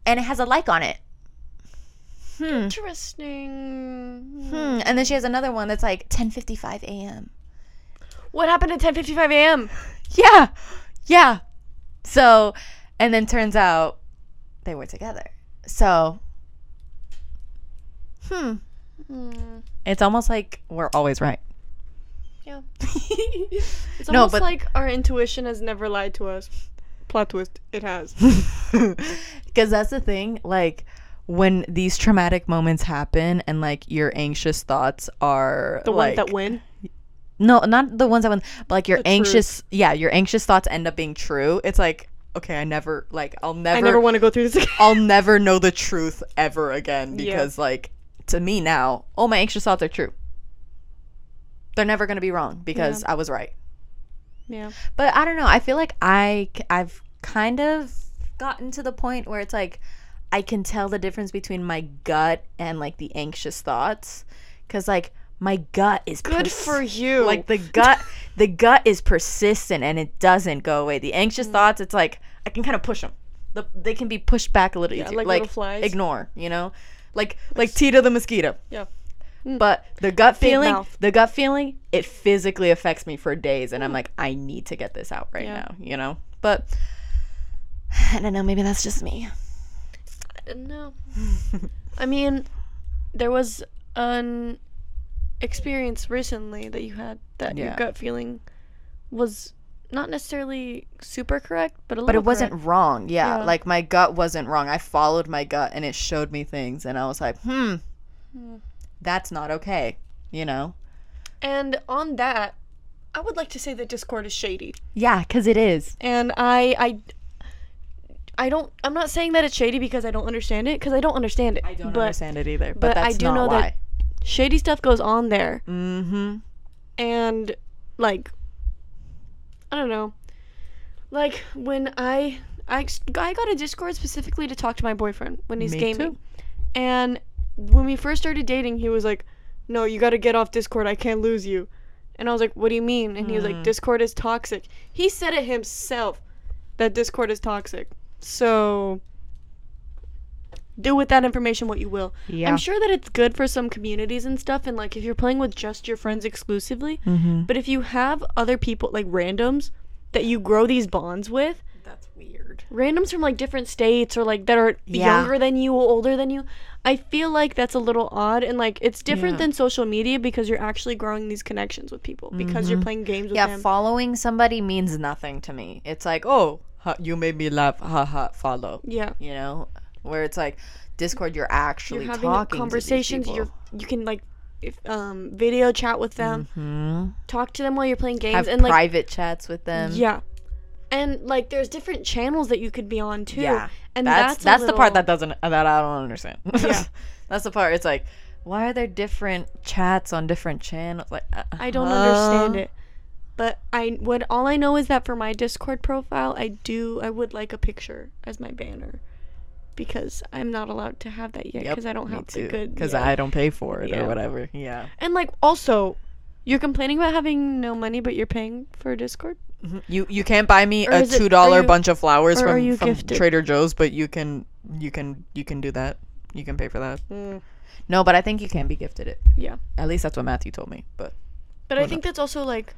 Speaker 2: and it has a like on it. Hmm.
Speaker 1: interesting.
Speaker 2: Hmm. And then she has another one that's like 10:55 a.m.
Speaker 1: What happened at 10:55 a.m.?
Speaker 2: Yeah. Yeah. So, and then turns out they were together. So, hmm. It's almost like we're always right.
Speaker 1: Yeah.
Speaker 2: it's
Speaker 1: It's
Speaker 2: No,
Speaker 1: almost
Speaker 2: but-
Speaker 1: like our intuition has never lied to us. Plot twist, it has.
Speaker 2: Because that's the thing. Like, when these traumatic moments happen and like your anxious thoughts are
Speaker 1: The
Speaker 2: like,
Speaker 1: ones that win.
Speaker 2: No, not the ones that went, but like your
Speaker 1: The truth.
Speaker 2: anxious, yeah, your anxious thoughts end up being true. It's like, okay, I never, like, I'll never,
Speaker 1: I never want to go through this again.
Speaker 2: I'll never know the truth ever again
Speaker 1: Yeah.
Speaker 2: because, like, to me now, all my anxious thoughts are true. They're never gonna be wrong because I was right.
Speaker 1: Yeah.
Speaker 2: But I don't know. I feel like I c- I've kind of gotten to the point where it's like I can tell the difference between my gut and like the anxious thoughts because like my gut is
Speaker 1: Good
Speaker 2: pers-
Speaker 1: for you.
Speaker 2: like the gut the gut is persistent and it doesn't go away the
Speaker 1: Mm.
Speaker 2: anxious thoughts it's like i can kind of push them the, they can be pushed back a little easier
Speaker 1: like
Speaker 2: like,
Speaker 1: little flies.
Speaker 2: ignore you know like like tito the mosquito Mm.
Speaker 1: Yeah. Mm.
Speaker 2: but the gut feeling
Speaker 1: mouth. Mm.
Speaker 2: the gut feeling it physically affects me for days and i'm like i need to get this out right
Speaker 1: Yeah.
Speaker 2: now you know but i don't know maybe that's just me
Speaker 1: no. I mean, there was an experience recently that you had that your
Speaker 2: Yeah.
Speaker 1: gut feeling was not necessarily super correct, but a little
Speaker 2: but it wasn't
Speaker 1: correct.
Speaker 2: wrong yeah,
Speaker 1: Yeah.
Speaker 2: like my gut wasn't wrong i followed my gut and it showed me things and i was like hmm that's not okay you know
Speaker 1: And on that, I would like to say that Discord is shady.
Speaker 2: yeah because it is
Speaker 1: and I I I don't I'm not saying that it's shady because I don't understand it because I don't understand it. I
Speaker 2: don't
Speaker 1: but
Speaker 2: understand it either
Speaker 1: but
Speaker 2: but,
Speaker 1: I
Speaker 2: that's
Speaker 1: do
Speaker 2: not
Speaker 1: know that-
Speaker 2: why
Speaker 1: Shady stuff goes on there
Speaker 2: mm-hmm
Speaker 1: and like I don't know. Like when I I ex- I got a Discord specifically to talk to my boyfriend when he's
Speaker 2: Me
Speaker 1: gaming.
Speaker 2: too.
Speaker 1: And when we first started dating, he was like, "No, you got to get off Discord. I can't lose you." And I was like, "What do you mean?" And he was
Speaker 2: Mm.
Speaker 1: like, "Discord is toxic." He said it himself that Discord is toxic. So do with that information what you will.
Speaker 2: yeah
Speaker 1: I'm sure that it's good for some communities and stuff, and like if you're playing with just your friends
Speaker 2: Mm-hmm.
Speaker 1: exclusively. But if you have other people, like randoms, that you grow these bonds with,
Speaker 2: that's weird.
Speaker 1: randoms from like different states or like that are
Speaker 2: Yeah.
Speaker 1: younger than you, older than you. I feel like that's a little odd and like it's different
Speaker 2: Yeah.
Speaker 1: than social media because you're actually growing these connections with people because
Speaker 2: Mm-hmm.
Speaker 1: you're playing games with
Speaker 2: Yeah,
Speaker 1: them.
Speaker 2: following somebody means nothing to me. It's like, oh, ha, you made me laugh, ha ha, follow.
Speaker 1: yeah.
Speaker 2: You know, where it's like Discord, you're
Speaker 1: You're
Speaker 2: actually
Speaker 1: having
Speaker 2: talking
Speaker 1: conversations,
Speaker 2: To these
Speaker 1: you're you can like if, um video chat with them,
Speaker 2: hmm
Speaker 1: talk to them while you're playing games
Speaker 2: have
Speaker 1: and like
Speaker 2: private chats with them.
Speaker 1: yeah. And like there's different channels that you could be on too.
Speaker 2: Yeah.
Speaker 1: And
Speaker 2: that's
Speaker 1: that's
Speaker 2: that's,
Speaker 1: a
Speaker 2: the part
Speaker 1: little-
Speaker 2: that doesn't that I don't understand.
Speaker 1: Yeah.
Speaker 2: that's the part. It's like, why are there different chats on different channels? Like, uh,
Speaker 1: I don't
Speaker 2: huh?
Speaker 1: understand it. But I what all I know is that for my Discord profile, I do I would like a picture as my banner because I'm not allowed to have that yet
Speaker 2: Yep,
Speaker 1: because I don't
Speaker 2: me
Speaker 1: have
Speaker 2: too,
Speaker 1: the good
Speaker 2: because
Speaker 1: Oh yeah.
Speaker 2: I don't pay for it
Speaker 1: Yeah.
Speaker 2: or whatever. Yeah,
Speaker 1: and like also you're complaining about having no money but you're paying for Discord.
Speaker 2: you you can't buy me
Speaker 1: Mm. Or
Speaker 2: a
Speaker 1: is it- are
Speaker 2: two dollar
Speaker 1: you-
Speaker 2: bunch of flowers
Speaker 1: or are
Speaker 2: from,
Speaker 1: you
Speaker 2: from
Speaker 1: gifted?
Speaker 2: Trader Joe's, but you can you can you can do that. You can pay for that. No, but I think you can be gifted it.
Speaker 1: Mm. Yeah.
Speaker 2: At least that's what Matthew told me. But
Speaker 1: But I
Speaker 2: Well,
Speaker 1: think that's also like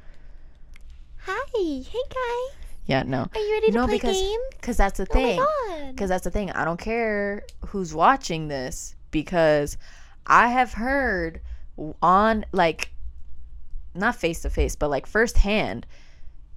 Speaker 3: Hi, hey guys.
Speaker 2: yeah, no.
Speaker 3: Are you ready
Speaker 2: No,
Speaker 3: to play
Speaker 2: because-
Speaker 3: game?
Speaker 2: Because that's the
Speaker 3: Oh my
Speaker 2: thing.
Speaker 3: god.
Speaker 2: Because that's the thing. I don't care who's watching this because I have heard w- on, like, not face to face, but like firsthand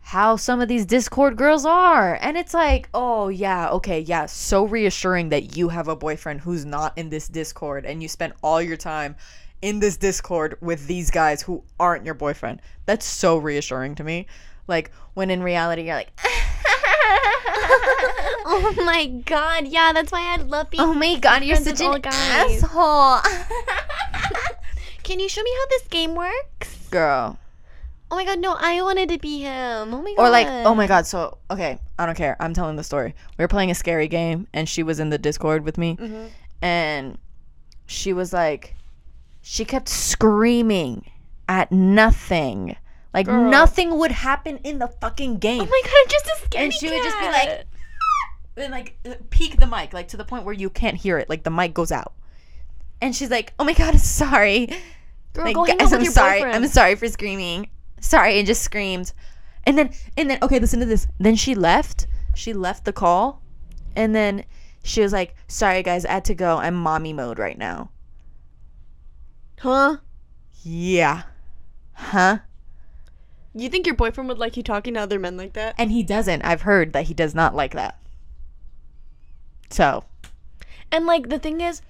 Speaker 2: how some of these Discord girls are. And it's like, oh, yeah, okay, yeah. So reassuring that you have a boyfriend who's not in this Discord and you spend all your time in this Discord with these guys who aren't your boyfriend. That's so reassuring to me. Like, when in reality, you're like,
Speaker 3: oh my god. Yeah, that's why I love being
Speaker 2: oh my god, you're
Speaker 3: friends
Speaker 2: such
Speaker 3: with
Speaker 2: an
Speaker 3: all guys.
Speaker 2: asshole.
Speaker 3: Oh. Can you show me how this game works?
Speaker 2: girl
Speaker 3: Oh my god, no, I wanted to be him. Oh my god.
Speaker 2: or like oh my god so okay i don't care i'm telling the story we were playing a scary game and she was in the discord with me and she was like she kept screaming at nothing like nothing would happen in the fucking game
Speaker 3: Oh my god, I'm just a scaredy
Speaker 2: and she would just be
Speaker 3: cat.
Speaker 2: like then like uh, peek the mic like to the point where you can't hear it like the mic goes out and she's like oh my god sorry
Speaker 1: girl
Speaker 2: Like,
Speaker 1: go hang out
Speaker 2: guys,
Speaker 1: with
Speaker 2: I'm
Speaker 1: your
Speaker 2: sorry.
Speaker 1: boyfriend.
Speaker 2: I'm sorry for screaming. Sorry, and just screamed. And then and then okay, listen to this. Then she left. She left the call. And then she was like, "Sorry guys, I had to go. I'm mommy mode right now."
Speaker 1: huh?
Speaker 2: Yeah. Huh?
Speaker 1: You think your boyfriend would like you talking to other men like that?
Speaker 2: And he doesn't. I've heard that he does not like that. So,
Speaker 1: And like the thing is,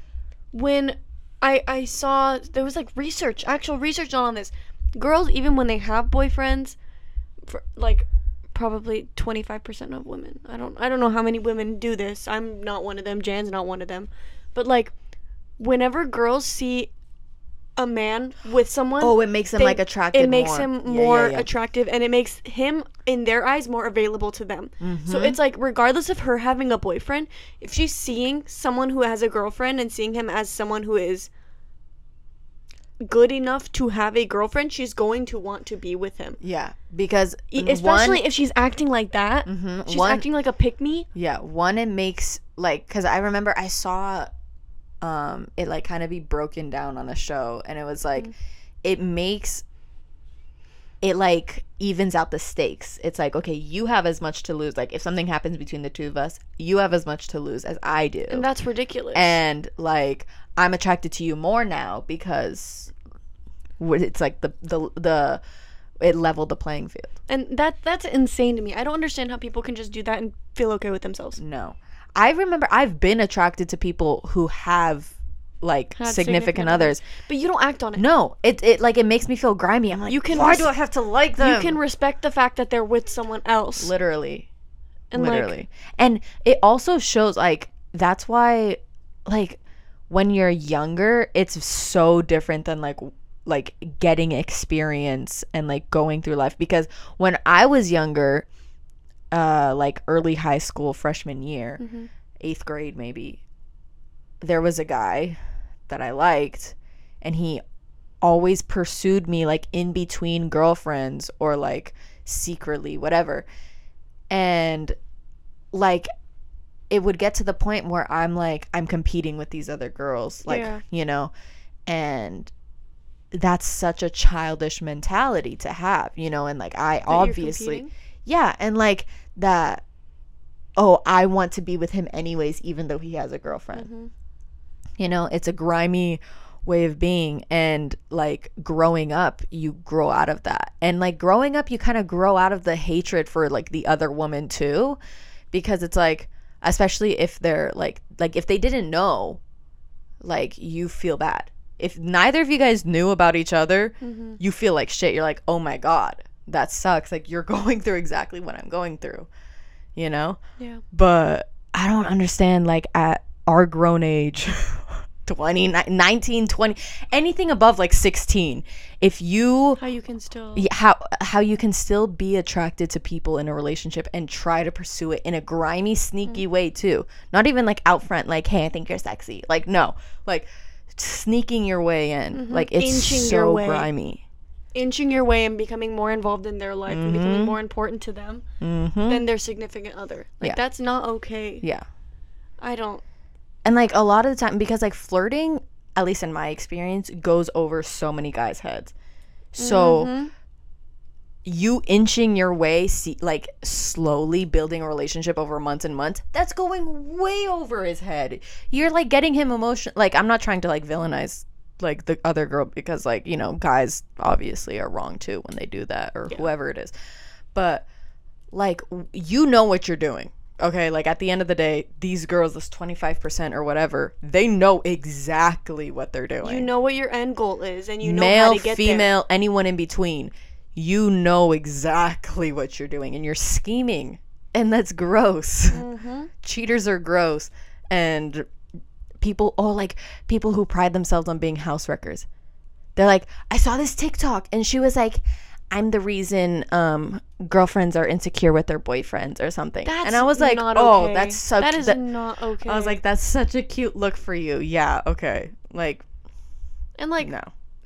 Speaker 1: when I I saw there was like research, actual research done on this. Girls, even when they have boyfriends, for like probably twenty five percent of women. I don't I don't know how many women do this. I'm not one of them. Jan's not one of them. But like, whenever girls see a man with someone,
Speaker 2: oh, it makes him
Speaker 1: they-
Speaker 2: like attractive
Speaker 1: It makes
Speaker 2: more.
Speaker 1: him
Speaker 2: Yeah, yeah,
Speaker 1: more
Speaker 2: yeah.
Speaker 1: attractive, and it makes him, in their eyes, more available to them.
Speaker 2: Mm-hmm.
Speaker 1: So it's like, regardless of her having a boyfriend, if she's seeing someone who has a girlfriend and seeing him as someone who is good enough to have a girlfriend, she's going to want to be with him.
Speaker 2: yeah, because
Speaker 1: E-
Speaker 2: Mm-hmm. one
Speaker 1: Especially if she's acting like that.
Speaker 2: Mhm,
Speaker 1: She's
Speaker 2: one-
Speaker 1: acting like a pick me.
Speaker 2: Yeah, one it makes like cuz I remember I saw um it like kind of be broken down on a show and it was like
Speaker 1: Mm-hmm.
Speaker 2: it makes it like evens out the stakes. It's like okay, you have as much to lose like if something happens between the two of us, you have as much to lose as I do.
Speaker 1: And that's ridiculous.
Speaker 2: And, like I'm attracted to you more now because wh- it's like the the the it leveled the playing field.
Speaker 1: and that that's insane to me. I don't understand how people can just do that and feel okay with themselves.
Speaker 2: No. I remember I've been attracted to people who have like
Speaker 1: Have
Speaker 2: significant,
Speaker 1: significant
Speaker 2: others.
Speaker 1: But you don't act on it.
Speaker 2: No, it it like it makes me feel grimy. I'm like,
Speaker 1: You can
Speaker 2: why
Speaker 1: res-
Speaker 2: do I have to like them?
Speaker 1: You can respect the fact that they're with someone else.
Speaker 2: literally,
Speaker 1: and like,
Speaker 2: literally, and it also shows like that's why like when you're younger, it's so different than like w- like getting experience and like going through life because when I was younger, uh, like early high school freshman year,
Speaker 1: Mhm.
Speaker 2: eighth grade maybe, there was a guy that I liked, and he always pursued me like in between girlfriends or like secretly, whatever. And like it would get to the point where I'm like, I'm competing with these other girls, like,
Speaker 1: Yeah.
Speaker 2: you know, and that's such a childish mentality to have, you know, and like I
Speaker 1: that you're
Speaker 2: obviously
Speaker 1: competing.
Speaker 2: yeah and like that
Speaker 3: oh, I want to be with him anyways, even though he has a girlfriend.
Speaker 2: You know, it's a grimy way of being. And like growing up, you grow out of that. And like growing up, you kind of grow out of the hatred for like the other woman too, because it's like, especially if they're like, like if they didn't know, like you feel bad. If neither of you guys knew about each other, you feel like shit. You're like, oh my God, that sucks. Like you're going through exactly what I'm going through, you know?
Speaker 1: Yeah.
Speaker 2: but I don't understand like at our grown age 20 ni- 19 20 anything above like 16 if you
Speaker 1: How you can still.
Speaker 2: y- how how you can still be attracted to people in a relationship and try to pursue it in a grimy
Speaker 1: Mm.
Speaker 2: sneaky way too not even like out front like hey i think you're sexy like no like sneaking your way in like it's
Speaker 1: Mm-hmm. Inching
Speaker 2: so
Speaker 1: your way.
Speaker 2: grimy
Speaker 1: inching your way and becoming more involved in their life and
Speaker 2: Mm-hmm.
Speaker 1: becoming more important to them than their significant other. Like
Speaker 2: Yeah.
Speaker 1: that's not okay.
Speaker 2: yeah
Speaker 1: I don't.
Speaker 2: and like a lot of the time because like flirting at least in my experience goes over so many guys heads so you inching your way see, like slowly building a relationship over months and months that's going way over his head you're like getting him emotion like i'm not trying to like villainize like the other girl because like you know guys obviously are wrong too when they do that or whoever it is but like w- you know what you're doing okay like at the end of the day these girls this 25% or whatever they know exactly what they're doing
Speaker 1: You know what your end goal is, and you know how
Speaker 2: male
Speaker 1: to get there.
Speaker 2: female anyone in between you know exactly what you're doing and you're scheming and that's gross
Speaker 1: Mm-hmm.
Speaker 2: cheaters are gross and people oh like people who pride themselves on being house wreckers they're like i saw this tiktok and she was like i'm the reason um girlfriends are insecure with their boyfriends or something
Speaker 1: That's
Speaker 2: and i was like
Speaker 1: not
Speaker 2: oh
Speaker 1: okay.
Speaker 2: that's such
Speaker 1: that is
Speaker 2: that-
Speaker 1: not okay.
Speaker 2: i was like that's such a cute look for you yeah okay like
Speaker 1: and like,
Speaker 2: no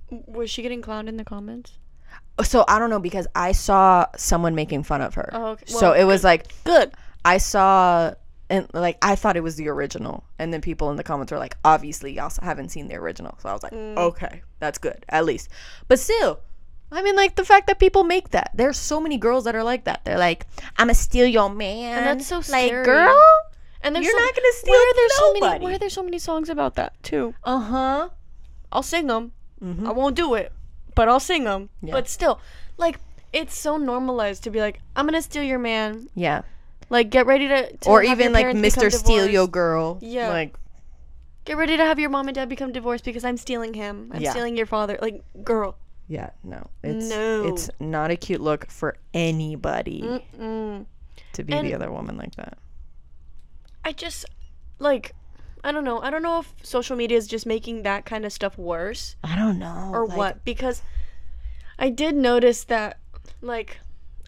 Speaker 1: was she getting clowned in the comments?
Speaker 2: so I don't know because I saw someone making fun of her.
Speaker 1: Oh, okay.
Speaker 2: so
Speaker 1: Well,
Speaker 2: it was like
Speaker 1: Good.
Speaker 2: I saw and like I thought it was the original, and then people in the comments were like, obviously y'all s- haven't seen the original. So I was like,
Speaker 1: Mm.
Speaker 2: okay, that's good at least. But still, I mean, like the fact that people make that. There's so many girls that are like that. They're like, I'ma steal your man.
Speaker 1: And that's so
Speaker 2: like,
Speaker 1: scary.
Speaker 2: girl.
Speaker 1: And there's
Speaker 2: You're
Speaker 1: so-
Speaker 2: not gonna steal
Speaker 1: Why are there so
Speaker 2: nobody.
Speaker 1: many? Why are there so many songs about that too?
Speaker 2: Uh huh.
Speaker 1: I'll sing them.
Speaker 2: Mm-hmm.
Speaker 1: I won't do it, but I'll sing them. But still, like it's so normalized to be like, I'm gonna steal your man.
Speaker 2: Yeah.
Speaker 1: Like get ready to, to
Speaker 2: Or
Speaker 1: have your
Speaker 2: even like
Speaker 1: parents
Speaker 2: Mr.
Speaker 1: become
Speaker 2: Steal Yo
Speaker 1: divorced.
Speaker 2: Girl.
Speaker 1: Yeah.
Speaker 2: Like
Speaker 1: Get ready to have your mom and dad become divorced because I'm stealing him. I'm
Speaker 2: Yeah.
Speaker 1: stealing your father. Like girl.
Speaker 2: yeah. No. It's
Speaker 1: No.
Speaker 2: it's not a cute look for anybody.
Speaker 1: Mm.
Speaker 2: to be
Speaker 1: And-
Speaker 2: the other woman like that.
Speaker 1: I just like I don't know. I don't know if social media is just making that kind of stuff worse.
Speaker 2: I don't know.
Speaker 1: or
Speaker 2: like-
Speaker 1: what because i did notice that like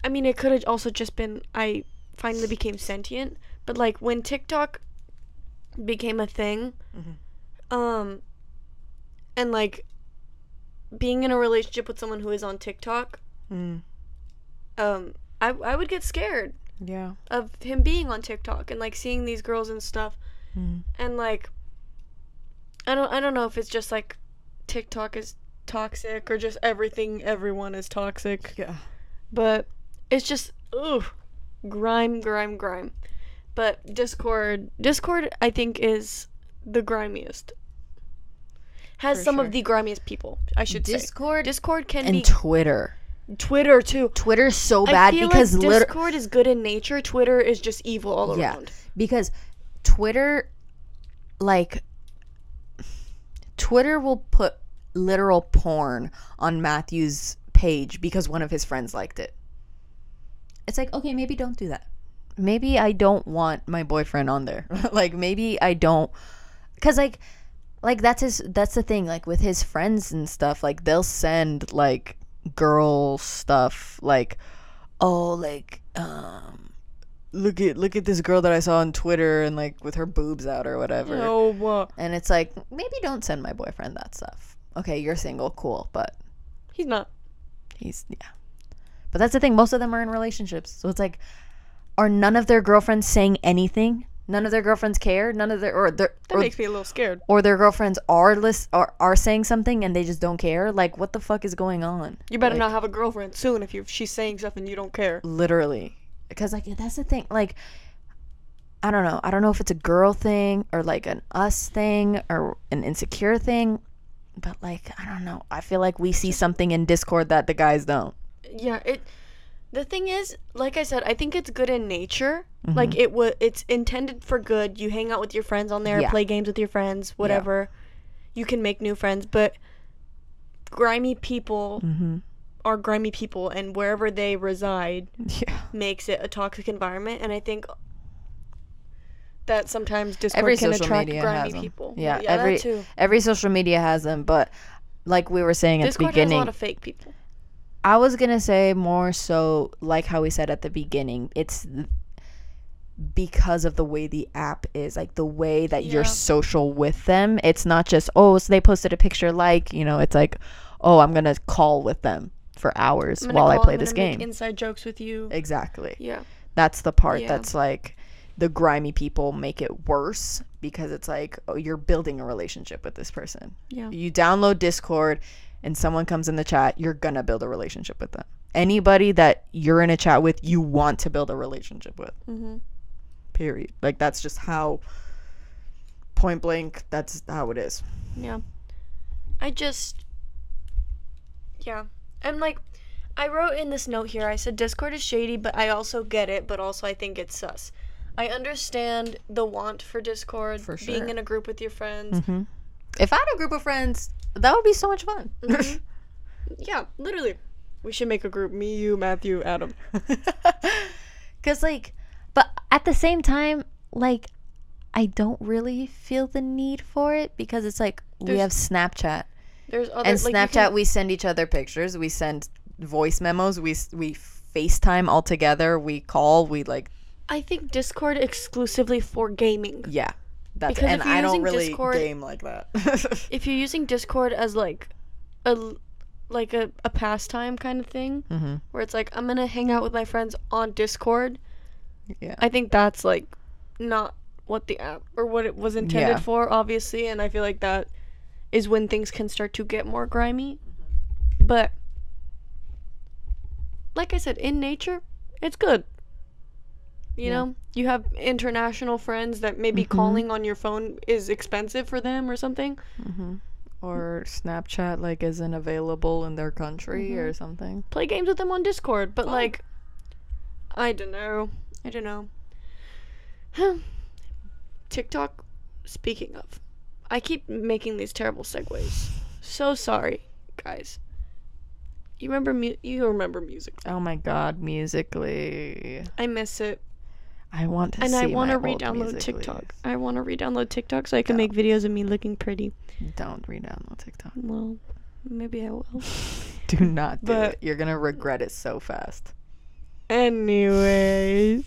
Speaker 1: i mean it could have also just been i finally became sentient but like when tiktok became a thing um and like being in a relationship with someone who is on tiktok
Speaker 2: Mm.
Speaker 1: um i, I would get scared
Speaker 2: Yeah.
Speaker 1: of him being on tiktok and like seeing these girls and stuff
Speaker 2: Mm.
Speaker 1: and like I don't I don't know if it's just like TikTok is toxic or just everything everyone is toxic,
Speaker 2: Yeah.
Speaker 1: but it's just ooh grime grime grime. But Discord Discord I think is the grimiest. Has
Speaker 2: For
Speaker 1: some
Speaker 2: sure.
Speaker 1: of the grimiest people, I should say.
Speaker 2: Discord
Speaker 1: Discord can
Speaker 2: and
Speaker 1: be
Speaker 2: Twitter.
Speaker 1: Twitter too.
Speaker 2: Twitter's so
Speaker 1: I
Speaker 2: bad
Speaker 1: feel
Speaker 2: because
Speaker 1: like
Speaker 2: liter-
Speaker 1: Discord is good in nature. Twitter is just evil all
Speaker 2: Yeah.
Speaker 1: around.
Speaker 2: because Twitter like Twitter will put literal porn on Matthew's page because one of his friends liked it. It's like, okay, maybe don't do that. Maybe I don't want my boyfriend on there. like maybe I don't cuz like like that's his that's the thing like with his friends and stuff like they'll send like girl stuff like oh like um look at look at this girl that I saw on Twitter and like with her boobs out or whatever.
Speaker 1: No, uh,
Speaker 2: And it's like maybe don't send my boyfriend that stuff. Okay, you're single, cool, but
Speaker 1: he's not.
Speaker 2: he's yeah. But that's the thing, most of them are in relationships. So it's like are none of their girlfriends saying anything? None of their girlfriends care? None of their or their
Speaker 1: That
Speaker 2: or,
Speaker 1: makes me a little scared.
Speaker 2: or their girlfriends are list are, are saying something and they just don't care? Like what the fuck is going on?
Speaker 1: You better not have a girlfriend soon if you she's saying stuff and you don't care.
Speaker 2: literally because like that's the thing like I don't know. I don't know if it's a girl thing or like an us thing or an insecure thing, but like I don't know. I feel like we see something in Discord that the guys don't.
Speaker 1: yeah it the thing is like i said i think it's good in nature
Speaker 2: Mm-hmm.
Speaker 1: like it was it's intended for good you hang out with your friends on there
Speaker 2: Yeah.
Speaker 1: play games with your friends whatever you can make new friends but grimy people
Speaker 2: Mhm.
Speaker 1: are grimy people and wherever they reside
Speaker 2: Yeah.
Speaker 1: makes it a toxic environment and i think that sometimes discord
Speaker 2: Every
Speaker 1: can
Speaker 2: social
Speaker 1: attract
Speaker 2: media
Speaker 1: grimy
Speaker 2: has 'em.
Speaker 1: people
Speaker 2: Yeah,
Speaker 1: yeah
Speaker 2: every-
Speaker 1: that too
Speaker 2: Every social media has them, but like we were saying at
Speaker 1: discord
Speaker 2: the beginning,
Speaker 1: has a lot of fake people
Speaker 2: I was gonna say more so like how we said at the beginning, it's th- because of the way the app is, like the way that you're
Speaker 1: Yeah.
Speaker 2: social with them. It's not just oh, so they posted a picture like you know, it's like oh, I'm gonna call with them for hours
Speaker 1: I'm gonna
Speaker 2: while I
Speaker 1: call,
Speaker 2: play
Speaker 1: I'm
Speaker 2: this
Speaker 1: gonna make
Speaker 2: game.
Speaker 1: inside jokes with you
Speaker 2: exactly,
Speaker 1: yeah
Speaker 2: that's the part
Speaker 1: Yeah.
Speaker 2: that's like the grimy people make it worse because it's like oh, you're building a relationship with this person.
Speaker 1: yeah
Speaker 2: You download Discord and someone comes in the chat, you're gonna build a relationship with them. Anybody that you're in a chat with, you want to build a relationship with.
Speaker 1: mm-hmm.
Speaker 2: Period. Like that's just how point blank that's how it is.
Speaker 1: Yeah. I just. Yeah. And like, I wrote in this note here, I said Discord is shady, but I also get it, but also I think it's sus. I understand the want for Discord,
Speaker 2: For sure. Mm-hmm.
Speaker 1: being in a group with your friends.
Speaker 2: If I had a group of friends, that would be so much fun.
Speaker 1: Yeah, literally. We should make a group. Me, you, Matthew, Adam.
Speaker 2: Cause like
Speaker 3: But at the same time, like, I don't really feel the need for it because it's like,
Speaker 2: we
Speaker 1: There's-
Speaker 2: have Snapchat.
Speaker 1: There's other
Speaker 2: and
Speaker 1: like, you
Speaker 2: Snapchat,
Speaker 1: can-
Speaker 2: we send each other pictures. We send voice memos. We s- we FaceTime all together. We call. We like
Speaker 1: I think Discord exclusively for gaming.
Speaker 2: yeah. That's
Speaker 1: Because
Speaker 2: and
Speaker 1: if you're
Speaker 2: I don't
Speaker 1: using
Speaker 2: really
Speaker 1: Discord-
Speaker 2: game like that.
Speaker 1: If you're using Discord as like a l- like a, a pastime kind of thing,
Speaker 2: mm-hmm.
Speaker 1: where it's like I'm gonna hang out with my friends on Discord,
Speaker 2: Yeah.
Speaker 1: I think that's like not what the app or what it was intended
Speaker 2: Yeah.
Speaker 1: for, obviously, and I feel like that is when things can start to get more grimy.
Speaker 2: Mm-hmm.
Speaker 1: But like I said, in nature, it's good. You
Speaker 2: Yeah. Mm-hmm.
Speaker 1: know, you have international friends that maybe calling on your phone is expensive for them or something.
Speaker 2: Or Snapchat like isn't available in their country
Speaker 1: Mm-hmm.
Speaker 2: or something.
Speaker 1: Play games with them on Discord, but like, Oh. I don't know. I don't know. TikTok, speaking of, I keep making these terrible segues. So sorry, guys. You remember mu- you remember music.
Speaker 2: Oh my God, musically,
Speaker 1: I miss it,
Speaker 2: I want to
Speaker 1: and I
Speaker 2: want to
Speaker 1: re-download TikTok. I want to re-download TikTok so I can make videos of me looking pretty.
Speaker 2: Don't re-download TikTok.
Speaker 1: Well, maybe I will.
Speaker 2: Do not do
Speaker 1: But-
Speaker 2: it. You're gonna regret it so fast.
Speaker 1: Anyways,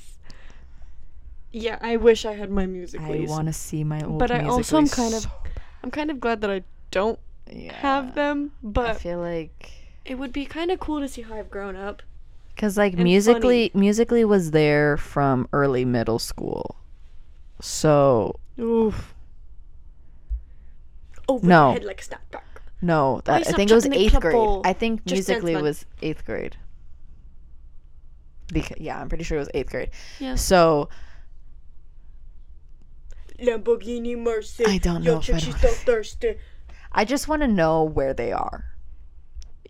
Speaker 1: yeah, I wish I had my music.
Speaker 2: I want to see my old.
Speaker 1: But I also am
Speaker 2: Musical.ly
Speaker 1: kind of,
Speaker 2: so-
Speaker 1: I'm kind of glad that I don't
Speaker 2: yeah.
Speaker 1: have them.
Speaker 2: I
Speaker 1: But
Speaker 2: feel like
Speaker 1: it would be kind of cool to see how I've grown up.
Speaker 2: Cause like
Speaker 1: and
Speaker 2: musically, musically was there from early middle school, so
Speaker 1: Oof. Over
Speaker 2: No.
Speaker 1: your head like a snapback.
Speaker 2: no, that, I
Speaker 1: stop
Speaker 2: think it was
Speaker 1: chucking the
Speaker 2: eighth grade.
Speaker 1: couple.
Speaker 2: I think
Speaker 1: Just dance
Speaker 2: musically
Speaker 1: man.
Speaker 2: was eighth grade. Because yeah, I'm pretty sure it was eighth grade.
Speaker 1: Yeah.
Speaker 2: So
Speaker 1: Lamborghini Mercy.
Speaker 2: I don't know
Speaker 1: Yo,
Speaker 2: if
Speaker 1: chick,
Speaker 2: I
Speaker 1: she's so
Speaker 2: don't-
Speaker 1: thirsty.
Speaker 2: I just want to know where they are.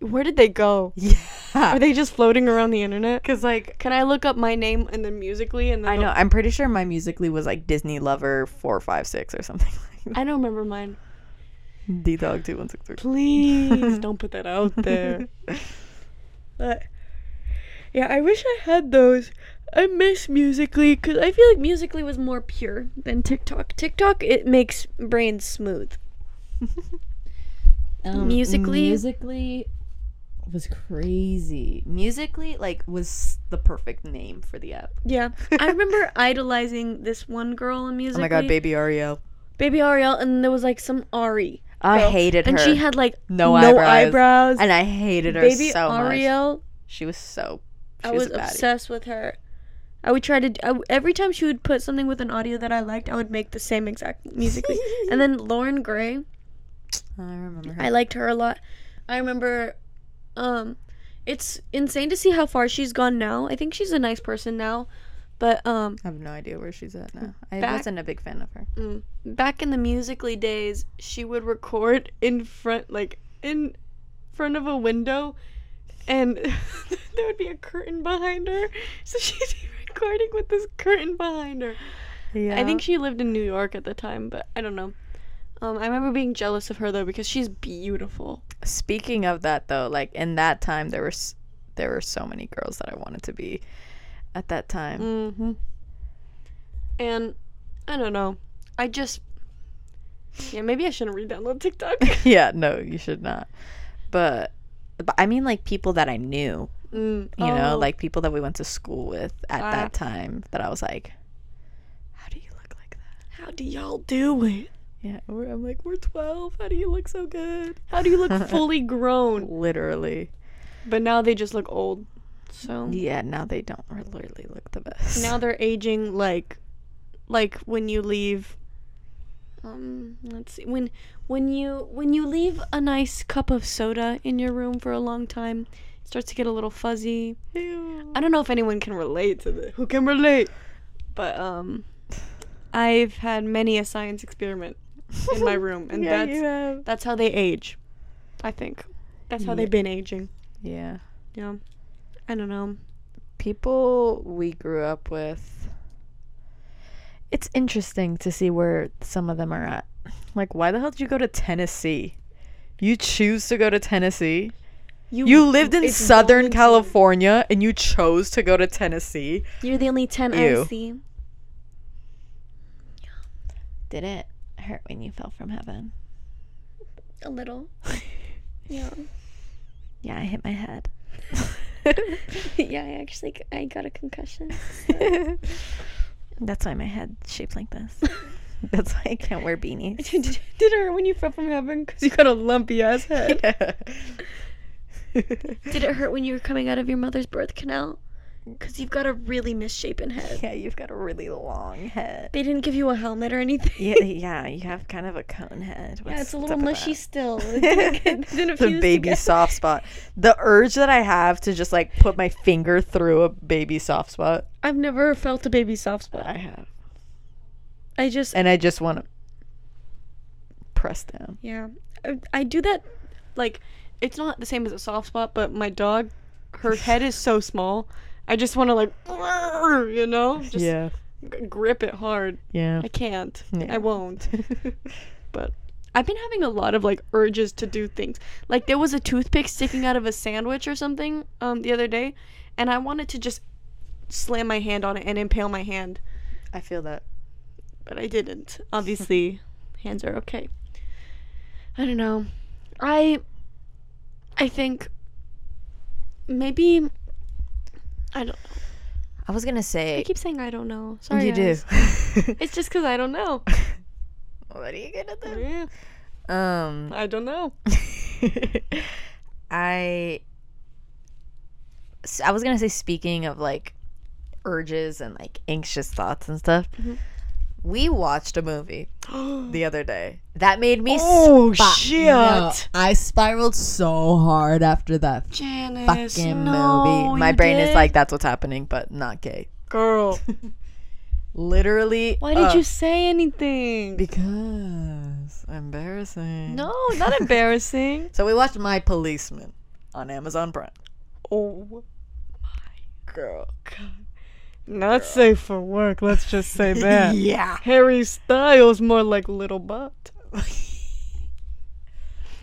Speaker 1: Where did they go? Are
Speaker 2: Yeah,
Speaker 1: they just floating around the internet?
Speaker 2: because like
Speaker 1: Can I look up my name and then musically and then
Speaker 2: I know I'm pretty sure my musically was like Disney Lover four five six or something like
Speaker 1: I don't remember mine.
Speaker 2: that. D Dog two one six three.
Speaker 1: Please don't put that out there. But yeah, I wish I had those. I miss Musically because I feel like Musically was more pure than TikTok. TikTok it makes brains smooth.
Speaker 2: Um,
Speaker 1: Musical.ly?
Speaker 2: musically was crazy musically like was the perfect name for the app
Speaker 1: Yeah, I remember idolizing this one girl in
Speaker 2: oh
Speaker 1: Musically.
Speaker 2: my god baby ariel
Speaker 1: Baby Ariel, and there was like some Ari,
Speaker 2: i
Speaker 1: Girl.
Speaker 2: hated
Speaker 1: Oh, and
Speaker 2: her
Speaker 1: she had like
Speaker 2: no,
Speaker 1: no
Speaker 2: eyebrows.
Speaker 1: eyebrows.
Speaker 2: and i hated her
Speaker 1: Baby
Speaker 2: so much
Speaker 1: Ariel,
Speaker 2: she was so she
Speaker 1: I
Speaker 2: was,
Speaker 1: was
Speaker 2: a baddie.
Speaker 1: obsessed with her. I would try to d I w every time she would put something with an audio that I liked, I would make the same exact musically. and then Lauren Gray,
Speaker 2: i remember her
Speaker 1: I liked her a lot. I remember, um, it's insane to see how far she's gone now. I think she's a nice person now, But um,
Speaker 2: I have no idea where she's at now. I
Speaker 1: Back-
Speaker 2: wasn't a big fan of her.
Speaker 1: mm, back in the musically days, she would record in front, like in front of a window, and there would be a curtain behind her. So she'd be recording with this curtain behind her.
Speaker 2: Yeah.
Speaker 1: I think she lived in New York at the time, but I don't know. Um, I remember being jealous of her though because she's beautiful.
Speaker 2: speaking of that though, like in that time there were s- there were so many girls that I wanted to be at that time.
Speaker 1: Mm-hmm. And I don't know. I just yeah, maybe I shouldn't re-download TikTok.
Speaker 2: yeah, no, you should not. But but I mean like people that I knew,
Speaker 1: mm,
Speaker 2: you
Speaker 1: oh,
Speaker 2: know, like people that we went to school with at
Speaker 1: Ah.
Speaker 2: that time that I was like how do you look like that?
Speaker 1: how do y'all do it?
Speaker 2: Yeah, or I'm like we're 12. How do you look so good?
Speaker 1: How do you look fully grown?
Speaker 2: Literally.
Speaker 1: But now they just look old. So
Speaker 2: Yeah, now they don't really look the best.
Speaker 1: now they're aging like like when you leave um let's see when when you when you leave a nice cup of soda in your room for a long time it starts to get a little fuzzy i don't know if anyone can relate to this who can relate but um i've had many a science experiment in my room and
Speaker 2: yeah,
Speaker 1: that's
Speaker 2: you have.
Speaker 1: that's how they age i think that's how
Speaker 2: Yeah.
Speaker 1: they've been aging
Speaker 2: Yeah.
Speaker 1: yeah i don't know
Speaker 2: people we grew up with it's interesting to see where some of them are at like why the hell did you go to tennessee you choose to go to tennessee you lived in
Speaker 1: it's
Speaker 2: southern
Speaker 1: voluntary.
Speaker 2: california and you chose to go to tennessee
Speaker 1: you're the only 10
Speaker 2: Ew.
Speaker 1: i see
Speaker 3: Did it hurt when you fell from heaven?
Speaker 1: a little yeah
Speaker 3: Yeah, I hit my head.
Speaker 1: yeah, I actually I got a concussion.
Speaker 3: That's why my head shaped like this. That's why I can't wear beanies.
Speaker 1: Did did it hurt when you fell from heaven? Cause you got a lumpy ass head. Did it hurt when you were coming out of your mother's birth canal? Cause you've got a really misshapen head.
Speaker 3: Yeah, you've got a really long head.
Speaker 1: They didn't give you a helmet or anything.
Speaker 3: Yeah, yeah, you have kind of a cone head.
Speaker 1: Yeah,
Speaker 3: What's
Speaker 1: it's a little
Speaker 3: up with
Speaker 1: mushy
Speaker 3: that?
Speaker 1: still. It didn't- didn't
Speaker 2: the
Speaker 1: fuse
Speaker 2: baby
Speaker 1: together.
Speaker 2: soft spot the urge that i have to just like put my finger through a baby soft spot
Speaker 1: I've never felt a baby soft spot.
Speaker 2: i have
Speaker 1: I just
Speaker 2: and i just want to press down
Speaker 1: yeah. I, I do that. Like, it's not the same as a soft spot, but my dog, her head is so small. I just want to like, you know, just
Speaker 2: yeah
Speaker 1: g- grip it hard.
Speaker 2: yeah
Speaker 1: I can't.
Speaker 2: Yeah.
Speaker 1: I won't. but I've been having a lot of like urges to do things. Like there was a toothpick sticking out of a sandwich or something um the other day, and I wanted to just slam my hand on it and impale my hand,
Speaker 2: I feel that.
Speaker 1: but I didn't. Obviously, hands are okay. I don't know. I I think maybe I don't
Speaker 3: I was gonna
Speaker 1: I
Speaker 3: say
Speaker 1: keep saying I don't know.
Speaker 3: Oh,
Speaker 1: Sorry.
Speaker 2: you do.
Speaker 1: guys. It's just cuz I don't know.
Speaker 2: what are you gonna
Speaker 1: Yeah,
Speaker 2: do? Um,
Speaker 1: I don't know.
Speaker 2: I
Speaker 3: s- I was gonna say speaking of like urges and like anxious thoughts and stuff.
Speaker 1: Mhm.
Speaker 3: We watched a movie
Speaker 2: the other day.
Speaker 3: that made me
Speaker 2: Oh
Speaker 3: spi-
Speaker 2: shit!
Speaker 3: No, I spiraled so hard after that
Speaker 1: Janice,
Speaker 3: fucking
Speaker 1: no,
Speaker 3: movie. My
Speaker 1: you
Speaker 3: brain is
Speaker 1: did?
Speaker 3: like, that's what's happening, but not gay.
Speaker 1: girl.
Speaker 2: Literally.
Speaker 1: Why did
Speaker 2: uh,
Speaker 1: you say anything?
Speaker 2: Because embarrassing.
Speaker 1: no, not embarrassing.
Speaker 2: So we watched My Policeman on Amazon Prime.
Speaker 1: oh,
Speaker 2: Girl.
Speaker 1: not safe for work. Let's just say that.
Speaker 2: Yeah.
Speaker 1: Harry Styles more like Little Butt,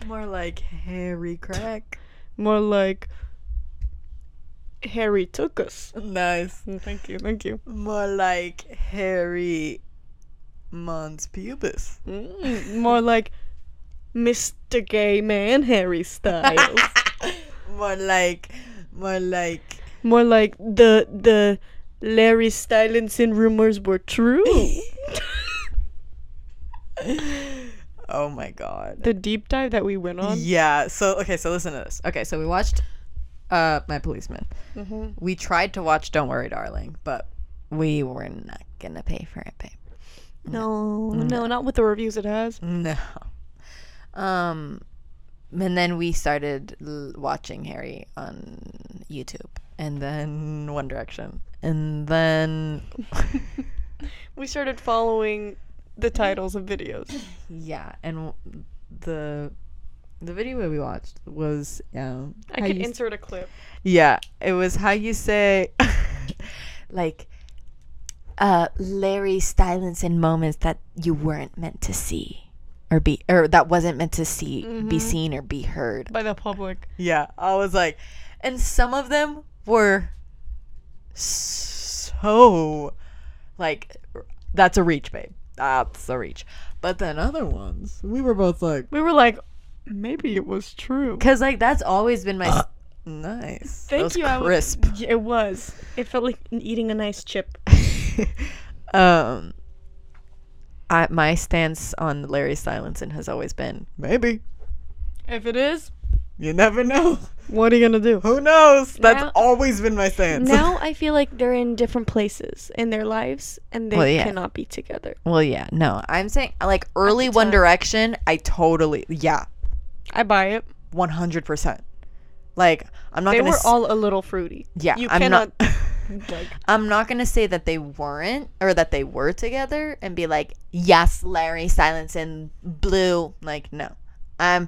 Speaker 2: More like hairy crack.
Speaker 1: more like Harry took us.
Speaker 2: nice.
Speaker 1: Mm, Thank you, thank you.
Speaker 2: More like hairy mons pubis.
Speaker 1: Mm, more like Mr. Gay Man Harry Styles.
Speaker 2: more like more like
Speaker 1: more like the the Larry Stylinson rumors were true.
Speaker 2: oh my god
Speaker 1: the deep dive that we went on.
Speaker 2: yeah so okay so listen to this okay so we watched uh my policeman
Speaker 1: Mhm.
Speaker 2: we tried to watch don't worry darling but we were not gonna pay for it babe
Speaker 1: No, Mm. no, not with the reviews it has.
Speaker 2: no um and then we started l- watching harry on youtube and then One Direction, and then
Speaker 1: We started following the titles of videos.
Speaker 2: yeah, and w- the the video that we watched was um,
Speaker 1: I
Speaker 2: how
Speaker 1: could
Speaker 2: you s-
Speaker 1: insert a clip.
Speaker 2: yeah, it was how you say like
Speaker 3: Uh, Larry Stylance in moments that you weren't meant to see or be, or that wasn't meant to see, be seen or be heard.
Speaker 1: By the public.
Speaker 2: yeah. I was like, and some of them were so like that's a reach, babe. That's a reach. But then other ones, we were both like,
Speaker 1: We were like, maybe it was true.
Speaker 2: Cause like that's always been my s- nice. That
Speaker 1: Thank
Speaker 2: was
Speaker 1: you. I wa-
Speaker 2: Crisp.
Speaker 1: Yeah, It was. It felt like eating a nice chip.
Speaker 2: um, I my stance on Larry Silenson has always been maybe
Speaker 1: If it is,
Speaker 2: you never know.
Speaker 1: what are you gonna do?
Speaker 2: Who knows? That's
Speaker 1: Now-
Speaker 2: always been my stance.
Speaker 1: Now I feel like they're in different places in their lives, and they
Speaker 2: Well, yeah.
Speaker 1: cannot be together.
Speaker 2: well, yeah, no, I'm saying like early
Speaker 1: the
Speaker 2: One
Speaker 1: time.
Speaker 2: Direction. I totally yeah,
Speaker 1: I buy it.
Speaker 2: one hundred percent. Like I'm not
Speaker 1: They
Speaker 2: gonna
Speaker 1: were
Speaker 2: s-
Speaker 1: all a little fruity.
Speaker 2: yeah.
Speaker 1: you
Speaker 2: I'm
Speaker 1: cannot
Speaker 2: not.
Speaker 1: like.
Speaker 2: I'm not gonna say that they weren't or that they were together and be like, yes, Larry Silence and Blue. Like, no. Um,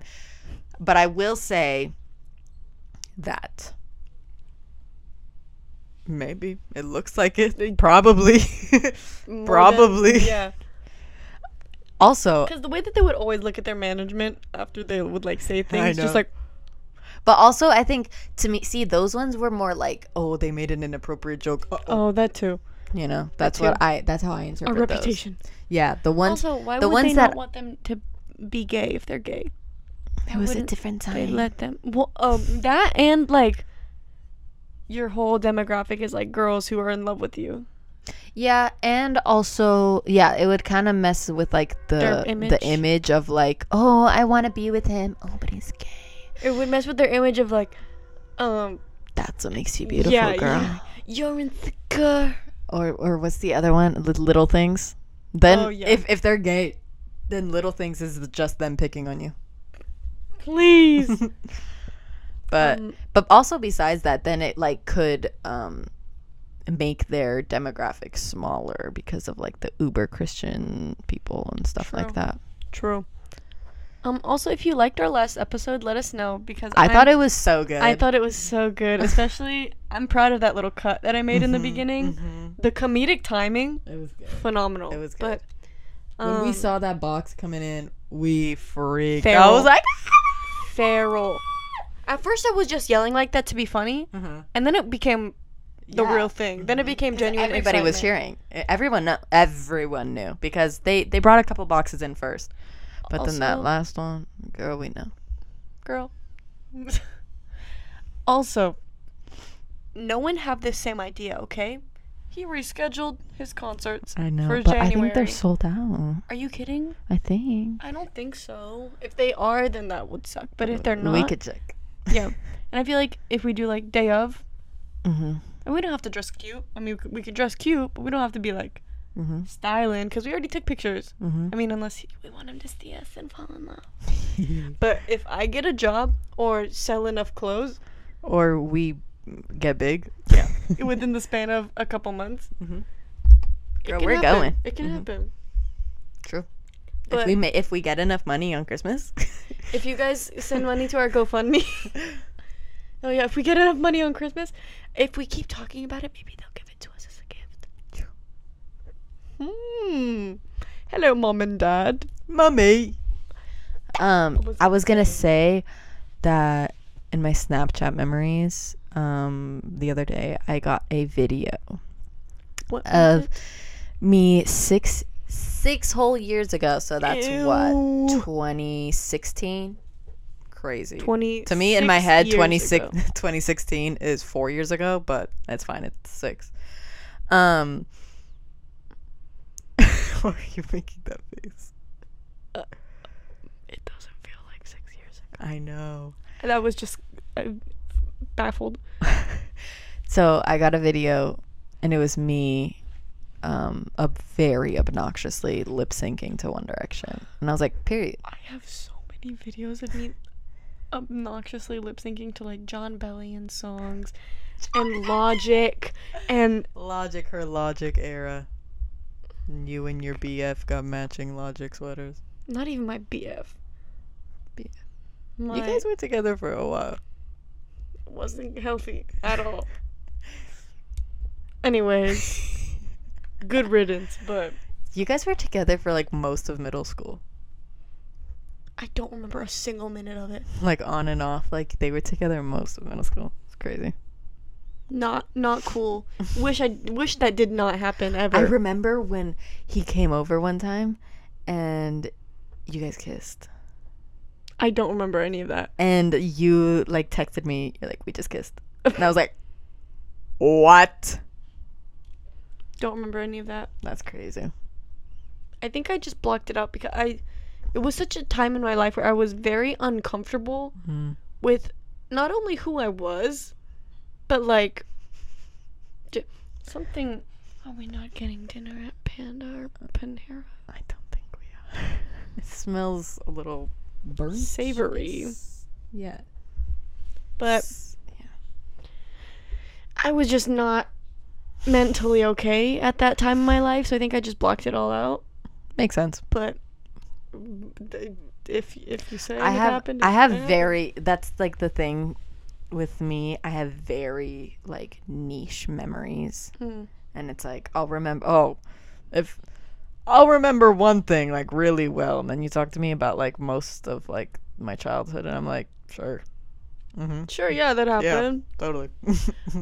Speaker 2: but I will say that maybe it looks like it. Probably.
Speaker 1: more than-
Speaker 2: Probably.
Speaker 1: yeah,
Speaker 2: also,
Speaker 1: because the way that they would always look at their management after they would like say things,
Speaker 2: know.
Speaker 1: just like
Speaker 3: But also, I think to me, see, those ones were more like
Speaker 2: oh, they made an inappropriate joke. Uh-oh.
Speaker 1: oh, that too.
Speaker 2: You know, that's what I. That's how I interpret those. Yeah, the ones.
Speaker 1: Also, why
Speaker 2: the
Speaker 1: would
Speaker 2: ones
Speaker 1: they
Speaker 2: that-
Speaker 1: not want them to be gay if they're gay?
Speaker 3: it was a
Speaker 1: wouldn't-
Speaker 3: different
Speaker 1: They
Speaker 3: time.
Speaker 1: let them. Well, um, that and like your whole demographic is like girls who are in love with you.
Speaker 3: Yeah, and also, yeah, it would kind of mess with like
Speaker 1: Their
Speaker 3: the
Speaker 1: image.
Speaker 3: the image of like, oh, I want to be with him. Oh, but he's gay.
Speaker 1: It would mess with their image of like, um,
Speaker 3: That's what makes you beautiful,
Speaker 1: yeah,
Speaker 3: girl.
Speaker 1: yeah, you're insecure.
Speaker 3: Or or what's the other one? Lit- Little things. Then
Speaker 1: Oh, yeah.
Speaker 2: If if they're gay, then little things is just them picking on you.
Speaker 1: Please.
Speaker 2: but
Speaker 1: Um,
Speaker 2: but also besides that then it like could um make their demographic smaller because of like the uber christian people and stuff like
Speaker 1: True.
Speaker 2: that
Speaker 1: True. Um. Also, if you liked our last episode, let us know because
Speaker 2: i
Speaker 1: I'm-
Speaker 2: thought it was so good
Speaker 1: I thought it was so good, especially I'm proud of that little cut that I made
Speaker 2: Mm-hmm,
Speaker 1: in the beginning. The comedic timing,
Speaker 2: it was good
Speaker 1: phenomenal.
Speaker 2: It was
Speaker 1: But
Speaker 2: good. when we
Speaker 1: um,
Speaker 2: saw that box coming in we freaked i
Speaker 1: Feral.
Speaker 2: was like
Speaker 1: feral. At first, I was just yelling like that to be funny, and then it became the
Speaker 2: Mm-hmm. Yeah. Mm-hmm.
Speaker 1: real thing. Then it became genuine.
Speaker 2: everybody was
Speaker 1: excitement.
Speaker 2: cheering everyone kno- everyone knew because they they brought a couple boxes in first but then that
Speaker 1: Also-
Speaker 2: last one girl we know
Speaker 1: girl. also, no one have the same idea. Okay, he rescheduled his concerts.
Speaker 2: i know
Speaker 1: For
Speaker 2: but i think they're
Speaker 1: January.
Speaker 2: sold out
Speaker 1: Are you kidding?
Speaker 2: i think
Speaker 1: I don't think so. If they are, then that would suck. But if they're not,
Speaker 2: Mm, we could check
Speaker 1: Yeah. And I feel like if we do like day of,
Speaker 2: mm-hmm.
Speaker 1: and we don't have to dress cute. I mean, we could, we could dress cute, but we don't have to be like
Speaker 2: Mhm.
Speaker 1: styling because we already took pictures.
Speaker 2: Mm-hmm.
Speaker 1: I mean, unless he- we want him to see us and fall in love. But if I get a job or sell enough clothes
Speaker 2: or we get big.
Speaker 1: Yeah. within the span of a couple months, it
Speaker 2: Mhm. Girl,
Speaker 1: can
Speaker 2: we're
Speaker 1: happen.
Speaker 2: going.
Speaker 1: It can
Speaker 2: Mhm.
Speaker 1: happen.
Speaker 2: True. if
Speaker 1: But
Speaker 2: we ma- if we get enough money on Christmas.
Speaker 1: if you guys send money to our GoFundMe, oh yeah, if we get enough money on Christmas, if we keep talking about it, maybe they'll give it to us as a gift. Hmm. Hello, mom and dad.
Speaker 2: Mummy. Um,
Speaker 1: was
Speaker 2: I was gonna say that in my Snapchat memories, um, the other day I got a video
Speaker 1: What
Speaker 2: of me six six whole years ago. So that's
Speaker 1: Ew.
Speaker 2: what 2016. Crazy.
Speaker 1: twenty
Speaker 2: to me in my head 26 2016 is four years ago but that's fine it's six um why are you making that face
Speaker 1: It doesn't feel like six years ago.
Speaker 2: i know
Speaker 1: And I was just uh, baffled.
Speaker 2: so i got a video and it was me um ob- very obnoxiously lip syncing to one direction and i was like period
Speaker 1: I have so many videos of me obnoxiously lip syncing to like John Bellion songs and logic and
Speaker 2: Logic, her logic era. You and your BF got matching logic sweaters.
Speaker 1: not even my BF.
Speaker 2: BF.
Speaker 1: My,
Speaker 2: You guys were together for a while.
Speaker 1: wasn't healthy at all. Anyways, good riddance, but
Speaker 2: You guys were together for like most of middle school.
Speaker 1: I don't remember a single minute of it.
Speaker 2: Like on and off. Like they were together most of middle school. It's crazy.
Speaker 1: Not not cool. Wish I wish that did not happen ever.
Speaker 2: I remember when he came over one time and you guys kissed.
Speaker 1: I don't remember any of that.
Speaker 2: And you like texted me, you're like, we just kissed. And I was like, what?
Speaker 1: Don't remember any of that.
Speaker 2: That's crazy.
Speaker 1: I think I just blocked it out because I it was such a time in my life where I was very uncomfortable
Speaker 2: Mm.
Speaker 1: with not only who I was, but like j- something are we not getting dinner at Panda or Panera?
Speaker 2: I don't think we are. it smells a little burnt.
Speaker 1: Savory.
Speaker 2: Yeah.
Speaker 1: But
Speaker 2: yeah.
Speaker 1: I was just not mentally okay at that time in my life, so I think I just blocked it all out.
Speaker 2: Makes sense.
Speaker 1: But th- if if you say
Speaker 2: I
Speaker 1: it
Speaker 2: have
Speaker 1: happened, eh,
Speaker 2: I
Speaker 1: it
Speaker 2: have
Speaker 1: happened.
Speaker 2: very that's like the thing with me. I have very like niche memories.
Speaker 1: Hmm.
Speaker 2: and it's like I'll remember. Oh, if I'll remember one thing like really well, and then you talk to me about like most of like my childhood, and I'm like, sure, mm-hmm,
Speaker 1: sure, yeah, that happened.
Speaker 2: totally.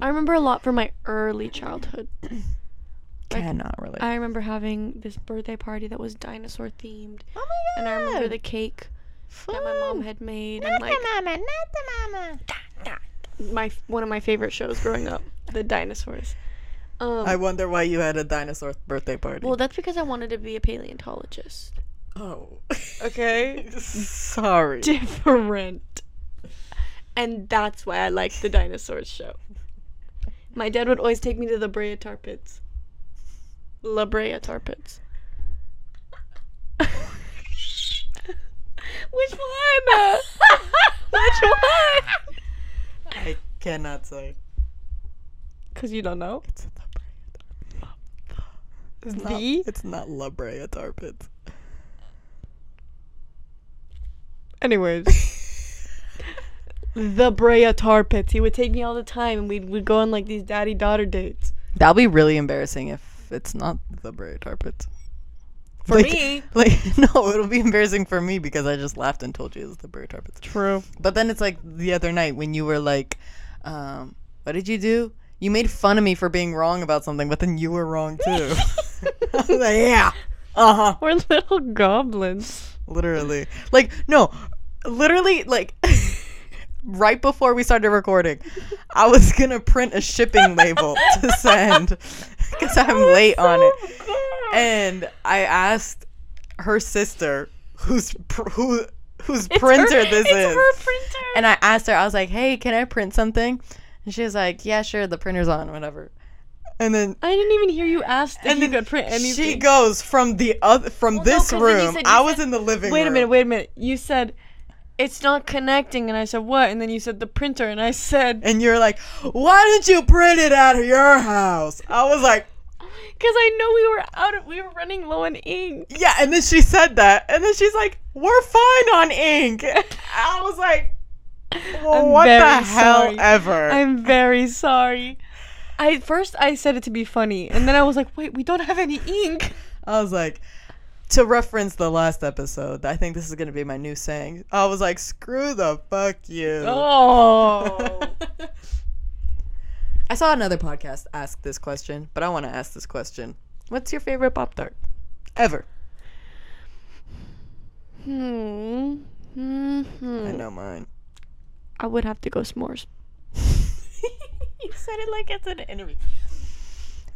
Speaker 1: I remember a lot from my early childhood. Like,
Speaker 2: Cannot relate.
Speaker 1: I remember having this birthday party that was dinosaur themed,
Speaker 2: oh my
Speaker 1: and I remember the cake that my mom had made, and like
Speaker 3: mama, not the mama.
Speaker 1: my f- one of my favorite shows growing up, the dinosaurs. Um,
Speaker 2: I wonder why you had a dinosaur birthday party.
Speaker 1: well, that's because I wanted to be a paleontologist.
Speaker 2: oh,
Speaker 1: Okay,
Speaker 2: sorry.
Speaker 1: different. And that's why I liked the dinosaurs show. My dad would always take me to the Brea Tar Pits. La Brea Tar Pits. Which one? Which one?
Speaker 2: I cannot say.
Speaker 1: Because you don't know.
Speaker 2: It's La Brea. It's not,
Speaker 1: The?
Speaker 2: it's not La Brea Tar Pits.
Speaker 1: Anyways. the Brea Tar Pits. He would take me all the time and we'd, we'd go on like these daddy daughter dates.
Speaker 2: That'll be really embarrassing if it's not the Brea Tar Pits.
Speaker 1: For
Speaker 2: Like-
Speaker 1: me.
Speaker 2: Like, no, it'll be embarrassing for me because I just laughed and told you it was the Brea Tar Pits.
Speaker 1: True.
Speaker 2: But then it's like the other night when you were like, um, what did you do? You made fun of me for being wrong about something, but then you were wrong too. I was like, yeah. Uh huh.
Speaker 1: We're little goblins.
Speaker 2: Literally. Like, no, literally, like, right before we started recording, I was gonna print a shipping label to send because I'm late on it. And I asked her sister, whose pr- who whose printer this is, and I asked her, I was like, "Hey, can I print something?" And she was like, "Yeah, sure. The printer's on, whatever." And then
Speaker 1: I didn't even hear you ask if you could print
Speaker 2: she
Speaker 1: anything.
Speaker 2: goes from the other from
Speaker 1: 'cause
Speaker 2: this
Speaker 1: then you
Speaker 2: room.
Speaker 1: said- you
Speaker 2: I was in the living
Speaker 1: wait
Speaker 2: room.
Speaker 1: a minute, wait a minute. You said it's not connecting, and I said what? And then you said the printer, and I said
Speaker 2: and you're like, "Why didn't you print it at your house?" I was like,
Speaker 1: because I know we were out. Of, we were running low on ink.
Speaker 2: "Yeah." And then she said that, and then she's like, "We're fine on ink." I was like, well,
Speaker 1: I'm
Speaker 2: "What
Speaker 1: very
Speaker 2: the hell
Speaker 1: sorry.
Speaker 2: ever?"
Speaker 1: I'm very sorry. I first I said it to be funny, and then I was like, wait, we don't have any ink.
Speaker 2: I was like, to reference the last episode, I think this is gonna be my new saying. I was like, "Screw the fuck you."
Speaker 1: Oh.
Speaker 2: I saw another podcast ask this question, but I want to ask this question. What's your favorite Pop Tart? Ever.
Speaker 1: hmm.
Speaker 2: I
Speaker 1: hmm
Speaker 2: know mine.
Speaker 1: I would have to go s'mores.
Speaker 2: You said it like it's an interview.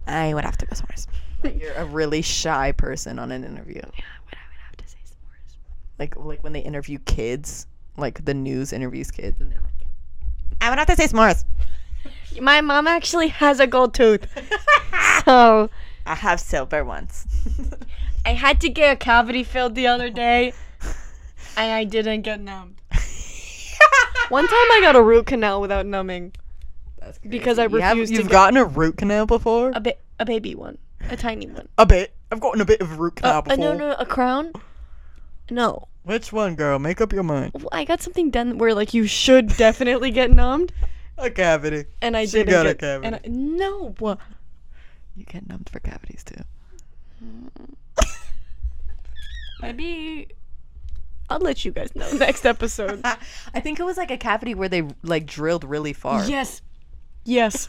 Speaker 2: I would have to go s'mores. Like, You're a really shy person on an interview.
Speaker 1: Yeah, I would, I would have to say s'mores.
Speaker 2: Like like when they interview kids, like the news interviews kids, and they're like, I would have to say s'mores.
Speaker 1: My mom actually has a gold tooth. so
Speaker 2: I have silver ones.
Speaker 1: I had to get a cavity filled the other day and I didn't get numbed. One time I got a root canal without numbing.
Speaker 2: That's
Speaker 1: Because I
Speaker 2: crazy. You have-
Speaker 1: refuse to
Speaker 2: You've
Speaker 1: get-
Speaker 2: gotten a root canal before?
Speaker 1: a ba- a baby one, a tiny one.
Speaker 2: A bit. I've gotten a bit of a root canal
Speaker 1: Uh, uh,
Speaker 2: before.
Speaker 1: no, no, a crown. No,
Speaker 2: Which one, girl? Make up your mind.
Speaker 1: Well, I got something done where like you should definitely get numbed,
Speaker 2: A cavity.
Speaker 1: and I
Speaker 2: She
Speaker 1: didn't
Speaker 2: got a
Speaker 1: get. and I, no,
Speaker 2: You get numbed for cavities too.
Speaker 1: maybe I'll let you guys know next episode.
Speaker 2: I think it was like a cavity where they like drilled really far.
Speaker 1: yes, yes,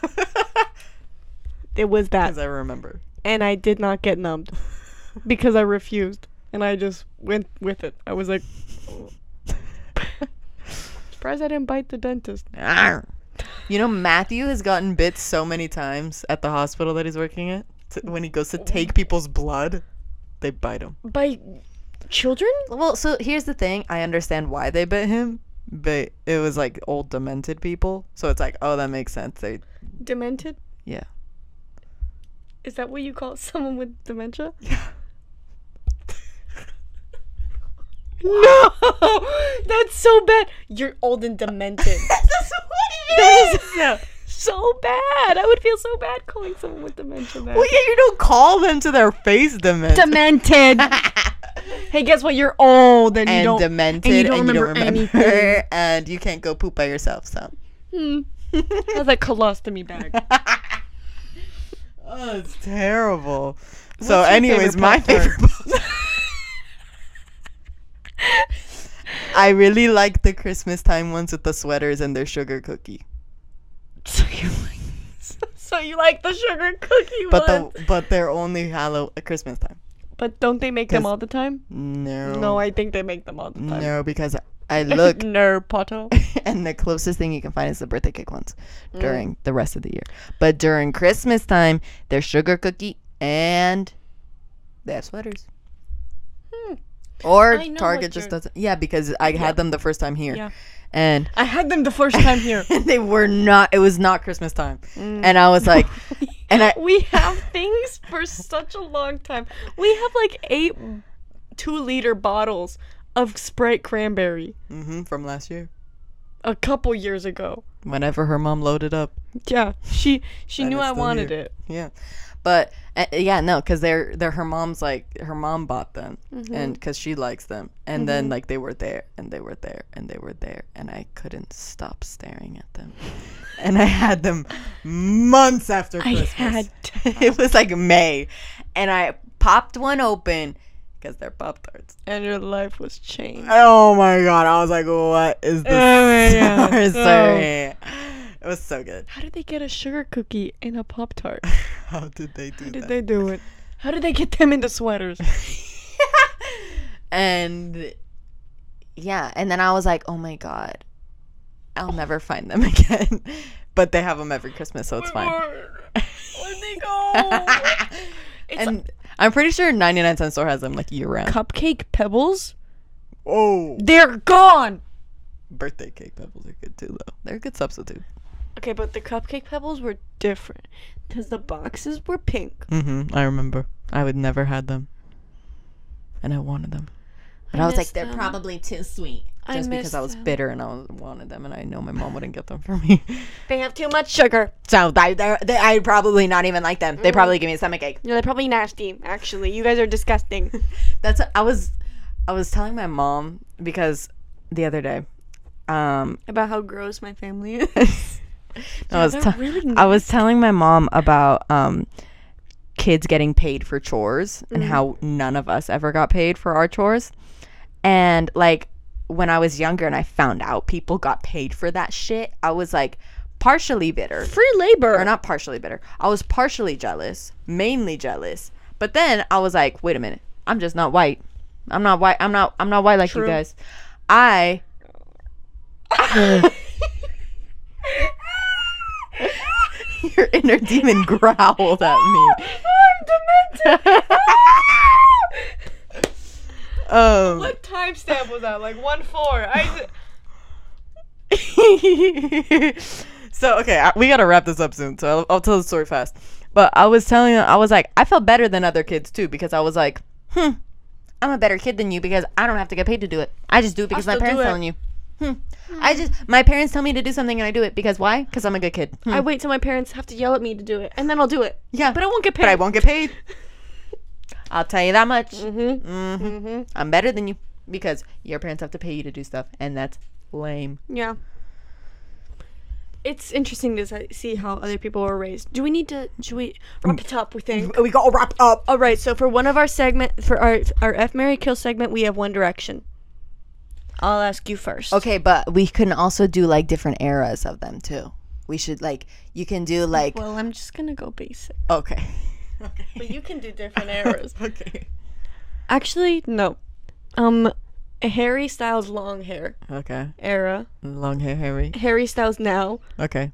Speaker 1: it was that,
Speaker 2: As I remember.
Speaker 1: and I did not get numbed because I refused, and I just went with it. I was like, "Oh." surprised I didn't bite the dentist.
Speaker 2: Arr. You know, Matthew has gotten bit so many times at the hospital that he's working at. T- when he goes to take people's blood, they bite him.
Speaker 1: By children?
Speaker 2: Well, so here's the thing. I understand why they bit him, but it was like old demented people. So it's like, oh, that makes sense. They,
Speaker 1: Demented?
Speaker 2: yeah.
Speaker 1: Is that what you call someone with dementia? no, that's so bad. You're old and demented.
Speaker 2: That's what
Speaker 1: that is so bad. I would feel so bad calling someone with dementia that.
Speaker 2: Well, yeah, you don't call them to their face demented.
Speaker 1: Demented. hey, guess what? You're old and, you
Speaker 2: and
Speaker 1: don't.
Speaker 2: demented,
Speaker 1: and you don't remember anything.
Speaker 2: and you can't go poop by yourself. So,
Speaker 1: Hmm. That's like colostomy bag.
Speaker 2: oh, it's terrible. so,
Speaker 1: your
Speaker 2: anyways,
Speaker 1: favorite
Speaker 2: my
Speaker 1: Pop-Tart?
Speaker 2: favorite. Pop- I really like the Christmas time ones with the sweaters and their sugar cookie.
Speaker 1: so you like. So you like the sugar cookie
Speaker 2: But
Speaker 1: ones?
Speaker 2: the but they're only Halloween Christmas time.
Speaker 1: But don't they make them
Speaker 2: 'Cause-
Speaker 1: all the time?
Speaker 2: No.
Speaker 1: No, I think they make them all the time.
Speaker 2: no because I look
Speaker 1: no, Potter.
Speaker 2: and the closest thing you can find is the birthday cake ones
Speaker 1: Mm.
Speaker 2: during the rest of the year. But during Christmas time, they're sugar cookie and they have sweaters. Or
Speaker 1: Hmm. I know what
Speaker 2: Target just
Speaker 1: you're-
Speaker 2: doesn't. Yeah, because I had them the first time here,
Speaker 1: Yeah.
Speaker 2: and
Speaker 1: I had them the first time here.
Speaker 2: they were not. It was not Christmas time,
Speaker 1: Mm.
Speaker 2: and I was like, and I
Speaker 1: we have things for such a long time. We have like eight two liter bottles of Sprite cranberry
Speaker 2: hmm from last year.
Speaker 1: a couple years ago.
Speaker 2: Whenever her mom loaded up,
Speaker 1: Yeah, she she
Speaker 2: And
Speaker 1: knew
Speaker 2: it's
Speaker 1: I
Speaker 2: still
Speaker 1: wanted
Speaker 2: here.
Speaker 1: it.
Speaker 2: yeah, but uh, yeah, no, because they're they're her mom's like her mom bought them, and because she likes them, and then like they were there and they were there and they were there, and I couldn't stop staring at them, and I had them months after
Speaker 1: I
Speaker 2: Christmas.
Speaker 1: had
Speaker 2: it was like May, and I popped one open because they're pop tarts.
Speaker 1: and your life was changed.
Speaker 2: Oh my god! I was like, what is this?
Speaker 1: Oh my God.
Speaker 2: sorcery? It was so good.
Speaker 1: How did they get a sugar cookie and a pop tart?
Speaker 2: How did they do
Speaker 1: Did
Speaker 2: that?
Speaker 1: they do it? How did they get them into sweaters?
Speaker 2: and yeah, and then I was like, oh my god, I'll never find them again. But they have them every Christmas, so it's fine.
Speaker 1: Where'd they go? It's
Speaker 2: and I'm pretty sure 99 Cent Store has them like year round.
Speaker 1: cupcake pebbles.
Speaker 2: Oh,
Speaker 1: They're gone.
Speaker 2: birthday cake pebbles are good too, though. They're a good substitute.
Speaker 1: Okay, but the cupcake pebbles were different because the boxes were pink.
Speaker 2: Mm-hmm. I remember. I would never had them, and I wanted them. And I, was like,
Speaker 1: miss
Speaker 2: they're
Speaker 1: them.
Speaker 2: probably too sweet.
Speaker 1: I
Speaker 2: Just
Speaker 1: miss
Speaker 2: because I was
Speaker 1: them.
Speaker 2: bitter and I was- wanted them, and I know my mom wouldn't get them for me.
Speaker 1: They have too much sugar. Mm-hmm.
Speaker 2: So I, they're- they, I probably not even like them. They probably give me a stomach ache.
Speaker 1: No, they're probably nasty. Actually, you guys are disgusting.
Speaker 2: That's I was, I was telling my mom because the other day, um,
Speaker 1: About how gross my family is.
Speaker 2: I was,
Speaker 1: they're
Speaker 2: te-
Speaker 1: really
Speaker 2: I was telling my mom about um, kids getting paid for chores and
Speaker 1: Mm-hmm.
Speaker 2: how none of us ever got paid for our chores, and like when I was younger and I found out people got paid for that shit, I was like partially bitter.
Speaker 1: Free labor.
Speaker 2: or not partially bitter. I was partially jealous, mainly jealous. But then I was like, wait a minute. I'm just not white. I'm not white. I'm not I'm not white like you guys. I Your inner demon growled at me. I'm demented. um
Speaker 1: what timestamp was that? Like one four. I.
Speaker 2: so okay, I, we gotta wrap this up soon. So I'll, I'll tell the story fast. But I was telling, I was like, I felt better than other kids too because I was like, hmm, I'm a better kid than you because I don't have to get paid to do it. I just do it because my
Speaker 1: still do
Speaker 2: parents
Speaker 1: it.
Speaker 2: telling you.
Speaker 3: I just my parents tell me to do something and I do it because why? Because I'm a good kid. Hmm.
Speaker 1: I wait till my parents have to yell at me to do it, and then I'll do it.
Speaker 3: yeah,
Speaker 1: But I won't get paid.
Speaker 3: but I won't get paid. I'll tell you that much.
Speaker 1: Mm-hmm.
Speaker 3: hmm
Speaker 1: Mm-hmm.
Speaker 3: I'm better than you because your parents have to pay you to do stuff, and that's lame.
Speaker 1: Yeah. It's interesting to s- see how other people are raised. Do we need to? Should we wrap it up? We think.
Speaker 3: We gotta wrap up.
Speaker 1: All right. So for one of our segment, for our our F Mary Kill segment, we have One Direction. I'll ask you first.
Speaker 3: Okay, but we can also do like different eras of them too. We should like you can do like
Speaker 1: Well, I'm just gonna go basic.
Speaker 3: okay.
Speaker 1: But you can do different eras.
Speaker 3: Okay.
Speaker 1: Actually, no. Um, Harry Styles long hair
Speaker 2: Okay.
Speaker 1: era,
Speaker 2: Long hair, Harry.
Speaker 1: Harry Styles now,
Speaker 2: Okay.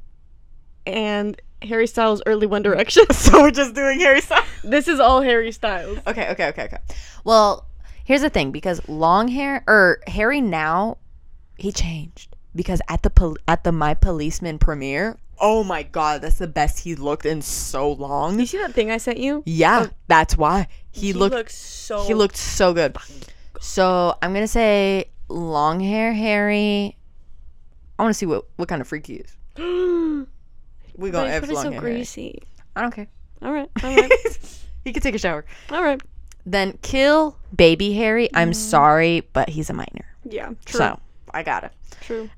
Speaker 1: and Harry Styles early One Direction.
Speaker 3: So we're just doing Harry Styles.
Speaker 1: this is all Harry Styles.
Speaker 3: Okay, okay, okay, okay. Well, here's the thing because long hair or Harry now he changed because at the pol- at the My Policeman premiere, oh my god, that's the best he looked in so
Speaker 1: You
Speaker 3: long.
Speaker 1: see that thing I sent you?
Speaker 3: Yeah, that's why he, looked
Speaker 1: looks so.
Speaker 3: he looked so good. So, I'm going to say long hair Harry. I want to see what what kind of freak he is. We
Speaker 1: But
Speaker 3: going
Speaker 1: his
Speaker 3: F
Speaker 1: butt is
Speaker 3: long
Speaker 1: so
Speaker 3: hair. Harry.
Speaker 1: greasy.
Speaker 3: I don't care.
Speaker 1: All right, all right,
Speaker 3: He could take a shower.
Speaker 1: all right.
Speaker 3: Then kill baby Harry. I'm sorry, but he's a minor.
Speaker 1: Yeah, true,
Speaker 3: So I got it.
Speaker 1: true.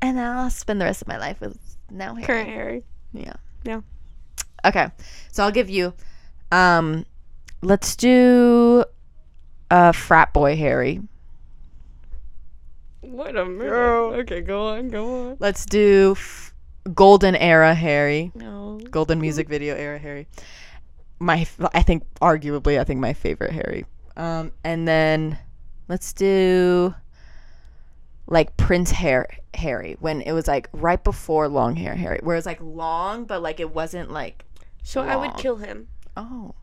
Speaker 3: And then I'll spend the rest of my life with now hair.
Speaker 1: Current Harry.
Speaker 3: Yeah.
Speaker 1: Yeah.
Speaker 3: Okay. So I'll give you um let's do uh frat boy Harry.
Speaker 1: What a minute. Okay, go on, go on.
Speaker 3: Let's do f- golden era Harry.
Speaker 1: No.
Speaker 2: Golden music video era, Harry. My, f- I think, arguably, I think my favorite Harry.
Speaker 3: Um and then let's do like Prince hair Harry when it was like right before long hair Harry where it was like long but like it wasn't like
Speaker 1: So I would
Speaker 3: Wow.
Speaker 1: kill him.
Speaker 3: oh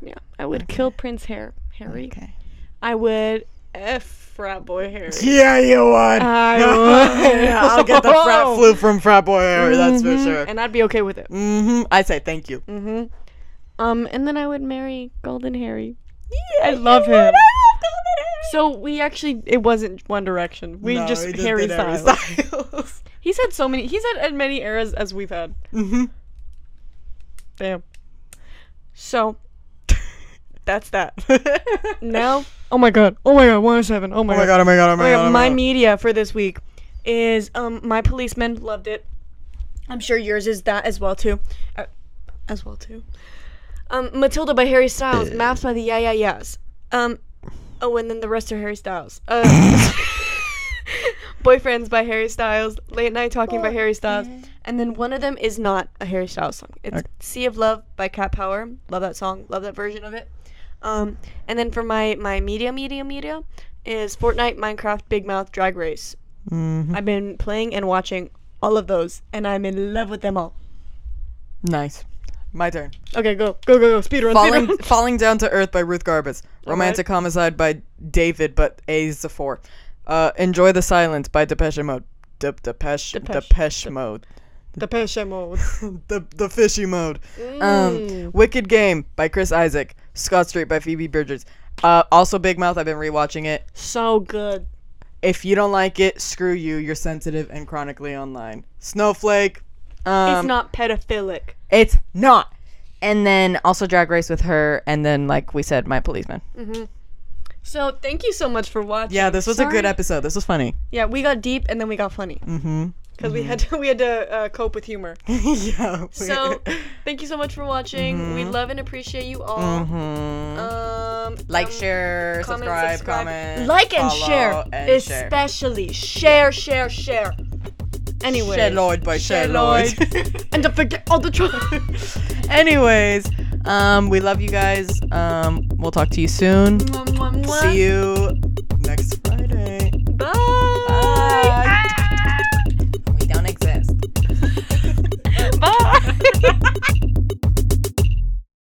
Speaker 1: Yeah, I would kill Prince Hair Harry.
Speaker 3: okay
Speaker 1: I would f frat boy Harry.
Speaker 2: Yeah, you would.
Speaker 1: I would.
Speaker 2: I'll get the frat flu from frat boy Harry. That's
Speaker 3: Mm-hmm.
Speaker 2: for sure.
Speaker 1: and I'd be okay with it.
Speaker 2: Mm-hmm. I say thank you.
Speaker 1: Mm-hmm. Um, and then I would marry Golden Harry. I love him. So we actually, it wasn't One Direction. We
Speaker 2: No,
Speaker 1: just
Speaker 2: he
Speaker 1: Harry
Speaker 2: did Harry
Speaker 1: Styles.
Speaker 2: Styles.
Speaker 1: He's had so many. He's had as many eras as we've had.
Speaker 2: mm-hmm.
Speaker 1: Damn. So that's that. now, oh my god, oh my god, one seven. Oh my,
Speaker 2: Oh my god! Oh my god! Oh my
Speaker 1: Oh my
Speaker 2: god!
Speaker 1: god,
Speaker 2: oh
Speaker 1: my
Speaker 2: god.
Speaker 1: media for this week is um my policeman loved it. I'm sure yours is that as well too, uh, as well too. Um, Matilda by Harry Styles, Maps by the Yeah Yeah Yeahs. Um, oh, and then the rest are Harry Styles. Uh, Boyfriends by Harry Styles, Late Night Talking by Harry Styles, and then one of them is not a Harry Styles song. It's Sea of Love by Cat Power. Love that song. Love that version of it. Um, and then for my my media media media is Fortnite, Minecraft, Big Mouth, Drag Race.
Speaker 2: Mhm.
Speaker 1: I've been playing and watching all of those, and I'm in love with them all.
Speaker 2: Nice. My turn.
Speaker 1: Okay, go go go go speedrun speedrun.
Speaker 2: Falling, Falling Down to Earth by Ruth Garbus. Romantic Homicide by David, but A is the four. Uh, Enjoy the Silence by Depeche Mode. De- Depeche,
Speaker 1: Depeche.
Speaker 2: Depeche, Mode.
Speaker 1: The Pesha mode.
Speaker 2: the, the fishy mode. Um, Wicked Game by Chris Isaac. Scott Street by Phoebe Bridgers. Uh, also Big Mouth. I've been rewatching it.
Speaker 1: So good.
Speaker 2: If you don't like it, screw you. You're sensitive and chronically online. Snowflake. Um,
Speaker 1: it's not pedophilic.
Speaker 3: It's not. And then also drag race with her, and then like we said, my policeman.
Speaker 1: So thank you so much for watching.
Speaker 2: yeah, this was a good
Speaker 1: Sorry.
Speaker 2: episode. This was funny.
Speaker 1: Yeah, we got deep and then we got funny
Speaker 2: Mm-hmm.
Speaker 1: because we had to, we had to uh, cope with humor.
Speaker 2: yeah.
Speaker 1: So thank you so much for watching. We
Speaker 2: Mm-hmm.
Speaker 1: love and appreciate you all. Um,
Speaker 3: Like,
Speaker 1: um,
Speaker 3: share,
Speaker 1: comment,
Speaker 3: subscribe,
Speaker 1: subscribe.
Speaker 3: comment,
Speaker 1: like and
Speaker 2: follow,
Speaker 1: share,
Speaker 2: and share.
Speaker 1: especially share, share, share. Anyway,
Speaker 2: Share Lloyd by Share Lloyd.
Speaker 1: and don't forget all the trouble.
Speaker 2: Anyways, um, we love you guys. Um, we'll talk to you soon. See you